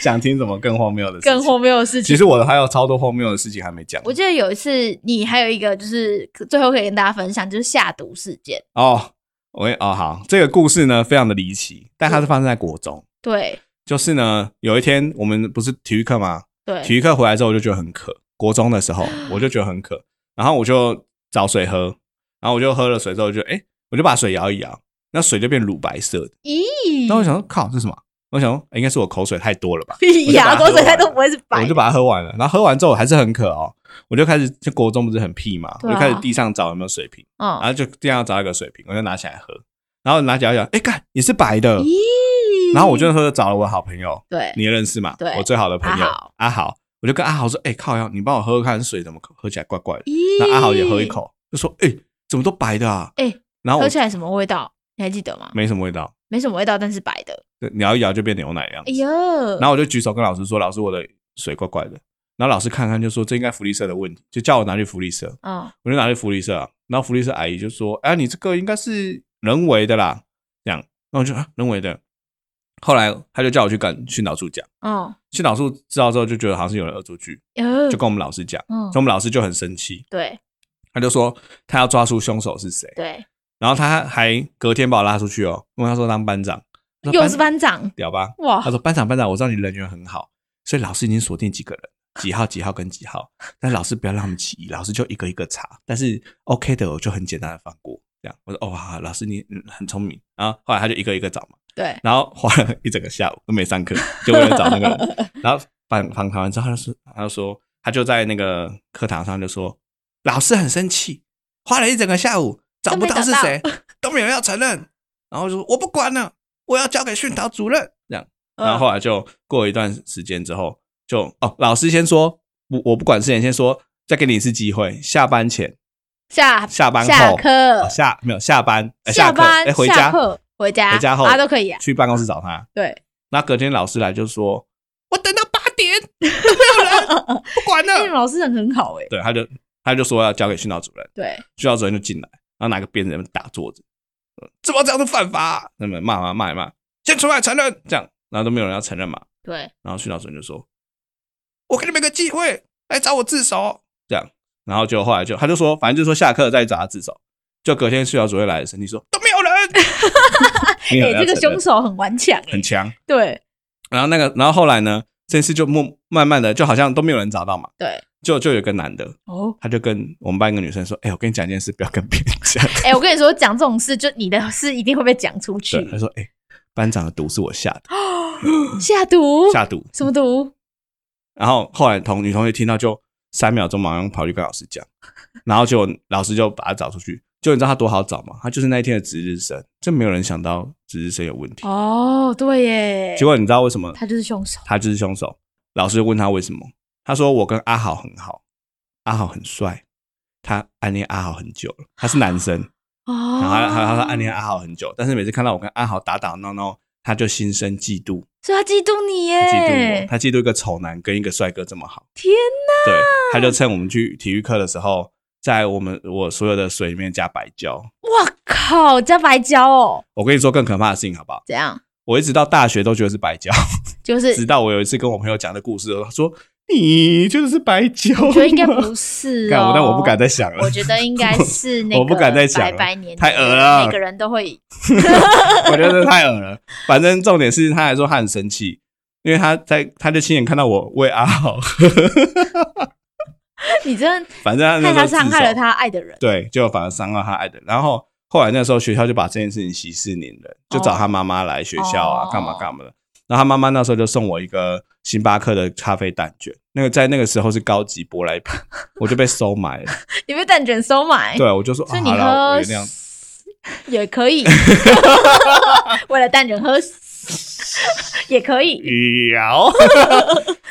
想听什么更荒谬的事情？
更荒谬的事情，
其实我的还有超多荒谬的事情还没讲
我记得有一次你还有一个就是最后可以跟大家分享，就是下毒事件。
哦。我也哦好，这个故事呢非常的离奇，但它是发生在国中。
对
就是呢，有一天我们不是体育课吗？
对，
体育课回来之后，我就觉得很渴。国中的时候，我就觉得很渴，然后我就找水喝，然后我就喝了水之后就，诶哎，我就把水摇一摇，那水就变乳白色的。
咦，
然后我想说，靠，这是什么？我想说，哎诶应该是我口水太多了吧？
屁呀，
我就把它
口水
喝
它
完
都不会是白
我就
的，
把它喝完了。然后喝完之后，我还是很渴哦，我就开始，就国中不是很屁嘛，我
对啊
就开始地上找有没有水瓶，然
嗯，
后就地上找一个水瓶，我就拿起来喝，然后拿起来想，哎，干也是白的。
咦，
然后我就说找了我好朋友，
对
你也认识嘛？
对
我最好的朋友
阿豪
阿豪，我就跟阿豪说：“哎、靠呀，你帮我喝喝看水怎么喝起来怪怪的。”
咦，
那阿豪也喝一，口，就说：“哎、怎么都白的啊
哎、？”
然后我
喝起来什么味道？你还记得吗？
没什么味道，
没什么味道，但是白的。
对你摇一摇就变牛奶一样
哎。呦，
然后我就举手跟老师说：“老师，我的水怪怪的。”然后老师看看就说：“这应该福利社的问题。”就叫我拿去福利社，
嗯，
我就拿去福利社、啊。然后福利社阿姨就说：“哎、你这个应该是人为的啦。”这样，然后我就啊，人为的。后来他就叫我去跟训导处讲，
哦，
训导处知道之后就觉得好像是有人恶作剧，
哟
就跟我们老师讲，
嗯
所以，我们老师就很生气，
对
他就说他要抓出凶手是谁，
对，
然后他还隔天把我拉出去哦，因为他说当班长，他说
又是班长，
屌吧？
哇
他，说班长班长，我知道你人缘很好，所以老师已经锁定几个人，几号几号跟几号，但老师不要让他们起疑，老师就一个一个查，但是 OK 的我就很简单的放过。这样，我说哦，好，好老师你嗯很聪明。然后后来他就一个一个找嘛，
对，
然后花了一整个下午都没上课，就为了找那 个
嗯
人。然后访访谈完之后，他就说，他就说，他就在那个课堂上就说，老师很生气，花了一整个下午找不到是谁，都没有人要承认。然后就说我不管了，我要交给训导主任。这样，然后
嗯
后来就过了一段时间之后，就哦，老师先说，我我不管是谁，先说，再给你一次机会，下班前、
下
下班后、
下课
哦下没有下班、呃
下
课
班
哎回
下
家
课回家
回家后
啊都可以啊，
去办公室找他。
对，
那隔天老师来就说：“我等到八点，都没有人，不管
那 种
了。
老师人很好哎”，
对，他就他就说要交给训导主任，
对，
训导主任就进来，然后拿个鞭子在那边打桌子，呃怎么这样都犯法、啊？那么骂骂骂一骂，先出来承认，这样，然后都没有人要承认嘛。
对，
然后训导主任就说：“我给你们一个机会，来找我自首。”这样，然后就后来就他就说，反正就说下课再找他自首。就隔天训导主任来的时候，你说都没 有人，没有
哎，
人要
这个
承认
凶手很顽强哎
很，强。
对
然后那个，然后后来呢，这件事就默慢慢的，就好像都没有人找到嘛，
对，
就就有一个男的，
哦，
他就跟我们班一个女生说：“哎、我跟你讲一件事，不要跟别人讲。
哎，我跟你说，讲这种事，就你的事一定会被讲出”去
对，，他说：“哎、班长的毒是我下
哦
的，
下毒，
下毒。
什么毒？”
然后后来同女同学听到就三秒钟马上跑去跟老师讲，然后就老师就把他找出去。就你知道他多好找吗？他就是那一天的值日生，真没有人想到值日生有问题。
哦，对耶，
结果你知道为什么
他就是凶手。
他就是凶手？老师就问他为什么，他说我跟阿豪很好，阿豪很帅，他暗恋阿豪很久了，他是男生，
哦，
然后他他他说暗恋阿豪很久，但是每次看到我跟阿豪打打闹闹，他就心生嫉妒，
所以他嫉妒你
他
耶，
嫉妒我，他嫉妒一个丑男跟一个帅哥这么好，
哎天
对，他就趁我们去体育课的时候，在我们我所有的水里面加白胶。
哇靠，加白胶哦，
我跟你说更可怕的事情好不好？
怎样？
我一直到大学都觉得是白胶，
就是
直到我有一次跟我朋友讲的故事，他说你就是白胶，
我觉得应该不是
干
哦
我，，但我不敢。再想了。
我觉得应该是那个
我不敢再想了
白白黏黏的
太恶了
每个人都会
我觉得太恶了。反正重点是，他还说他很生气，因为他在他就亲眼看到我喂阿豪，
你真的
反正他那
害
时候
他
自首
伤害了，他爱的人，
对，就反而伤到他爱的。然后后来那时候学校就把这件事情息事宁人，就找他妈妈来学校啊，
哦
干嘛干嘛的。然后他妈妈那时候就送我一个星巴克的咖啡蛋卷，那个在那个时候是高级舶来品，我就被收买 了。
你被蛋卷收买，
对，我就说，
哎所以
啊
你
好了，
喝
我原谅。
也可 以，为了蛋卷喝也可以。
摇，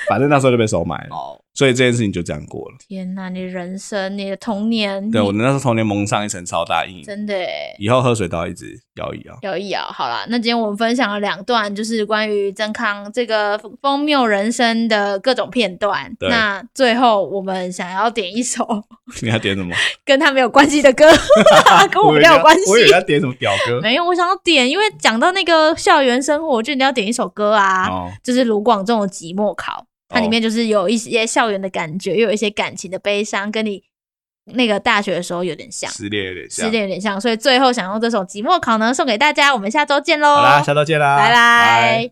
反正那时候就被收买了，
哦，
所以这件事情就这样过了。
天哪，你人生，你的童年，
对我
你
那时候童年蒙上一层超大阴影，
嗯真的欸耶
以后喝水都要一直摇一摇。
摇一摇，啊好啦，那今天我们分享了两段，就是关于曾康这个荒谬人生的各种片段。
对
那最后我们想要点一首
你要点什么？
跟他没有关 系的歌，跟我们
以为
没有
要
关系。
我以为要点什么屌歌。
没有，我想要点，因为讲到那个校园生活，我就一定要点一首歌啊，
哦，
就是卢广仲的《哦寂寞考》，它里面就是有一些校园的感觉，又有一些感情的悲伤，跟你那个大学的时候有点像，
撕裂有点像
失。恋有点像，所以最后想用这首《期末考》呢送给大家，我们下周见喽，
好啦，下周见啦，
拜拜。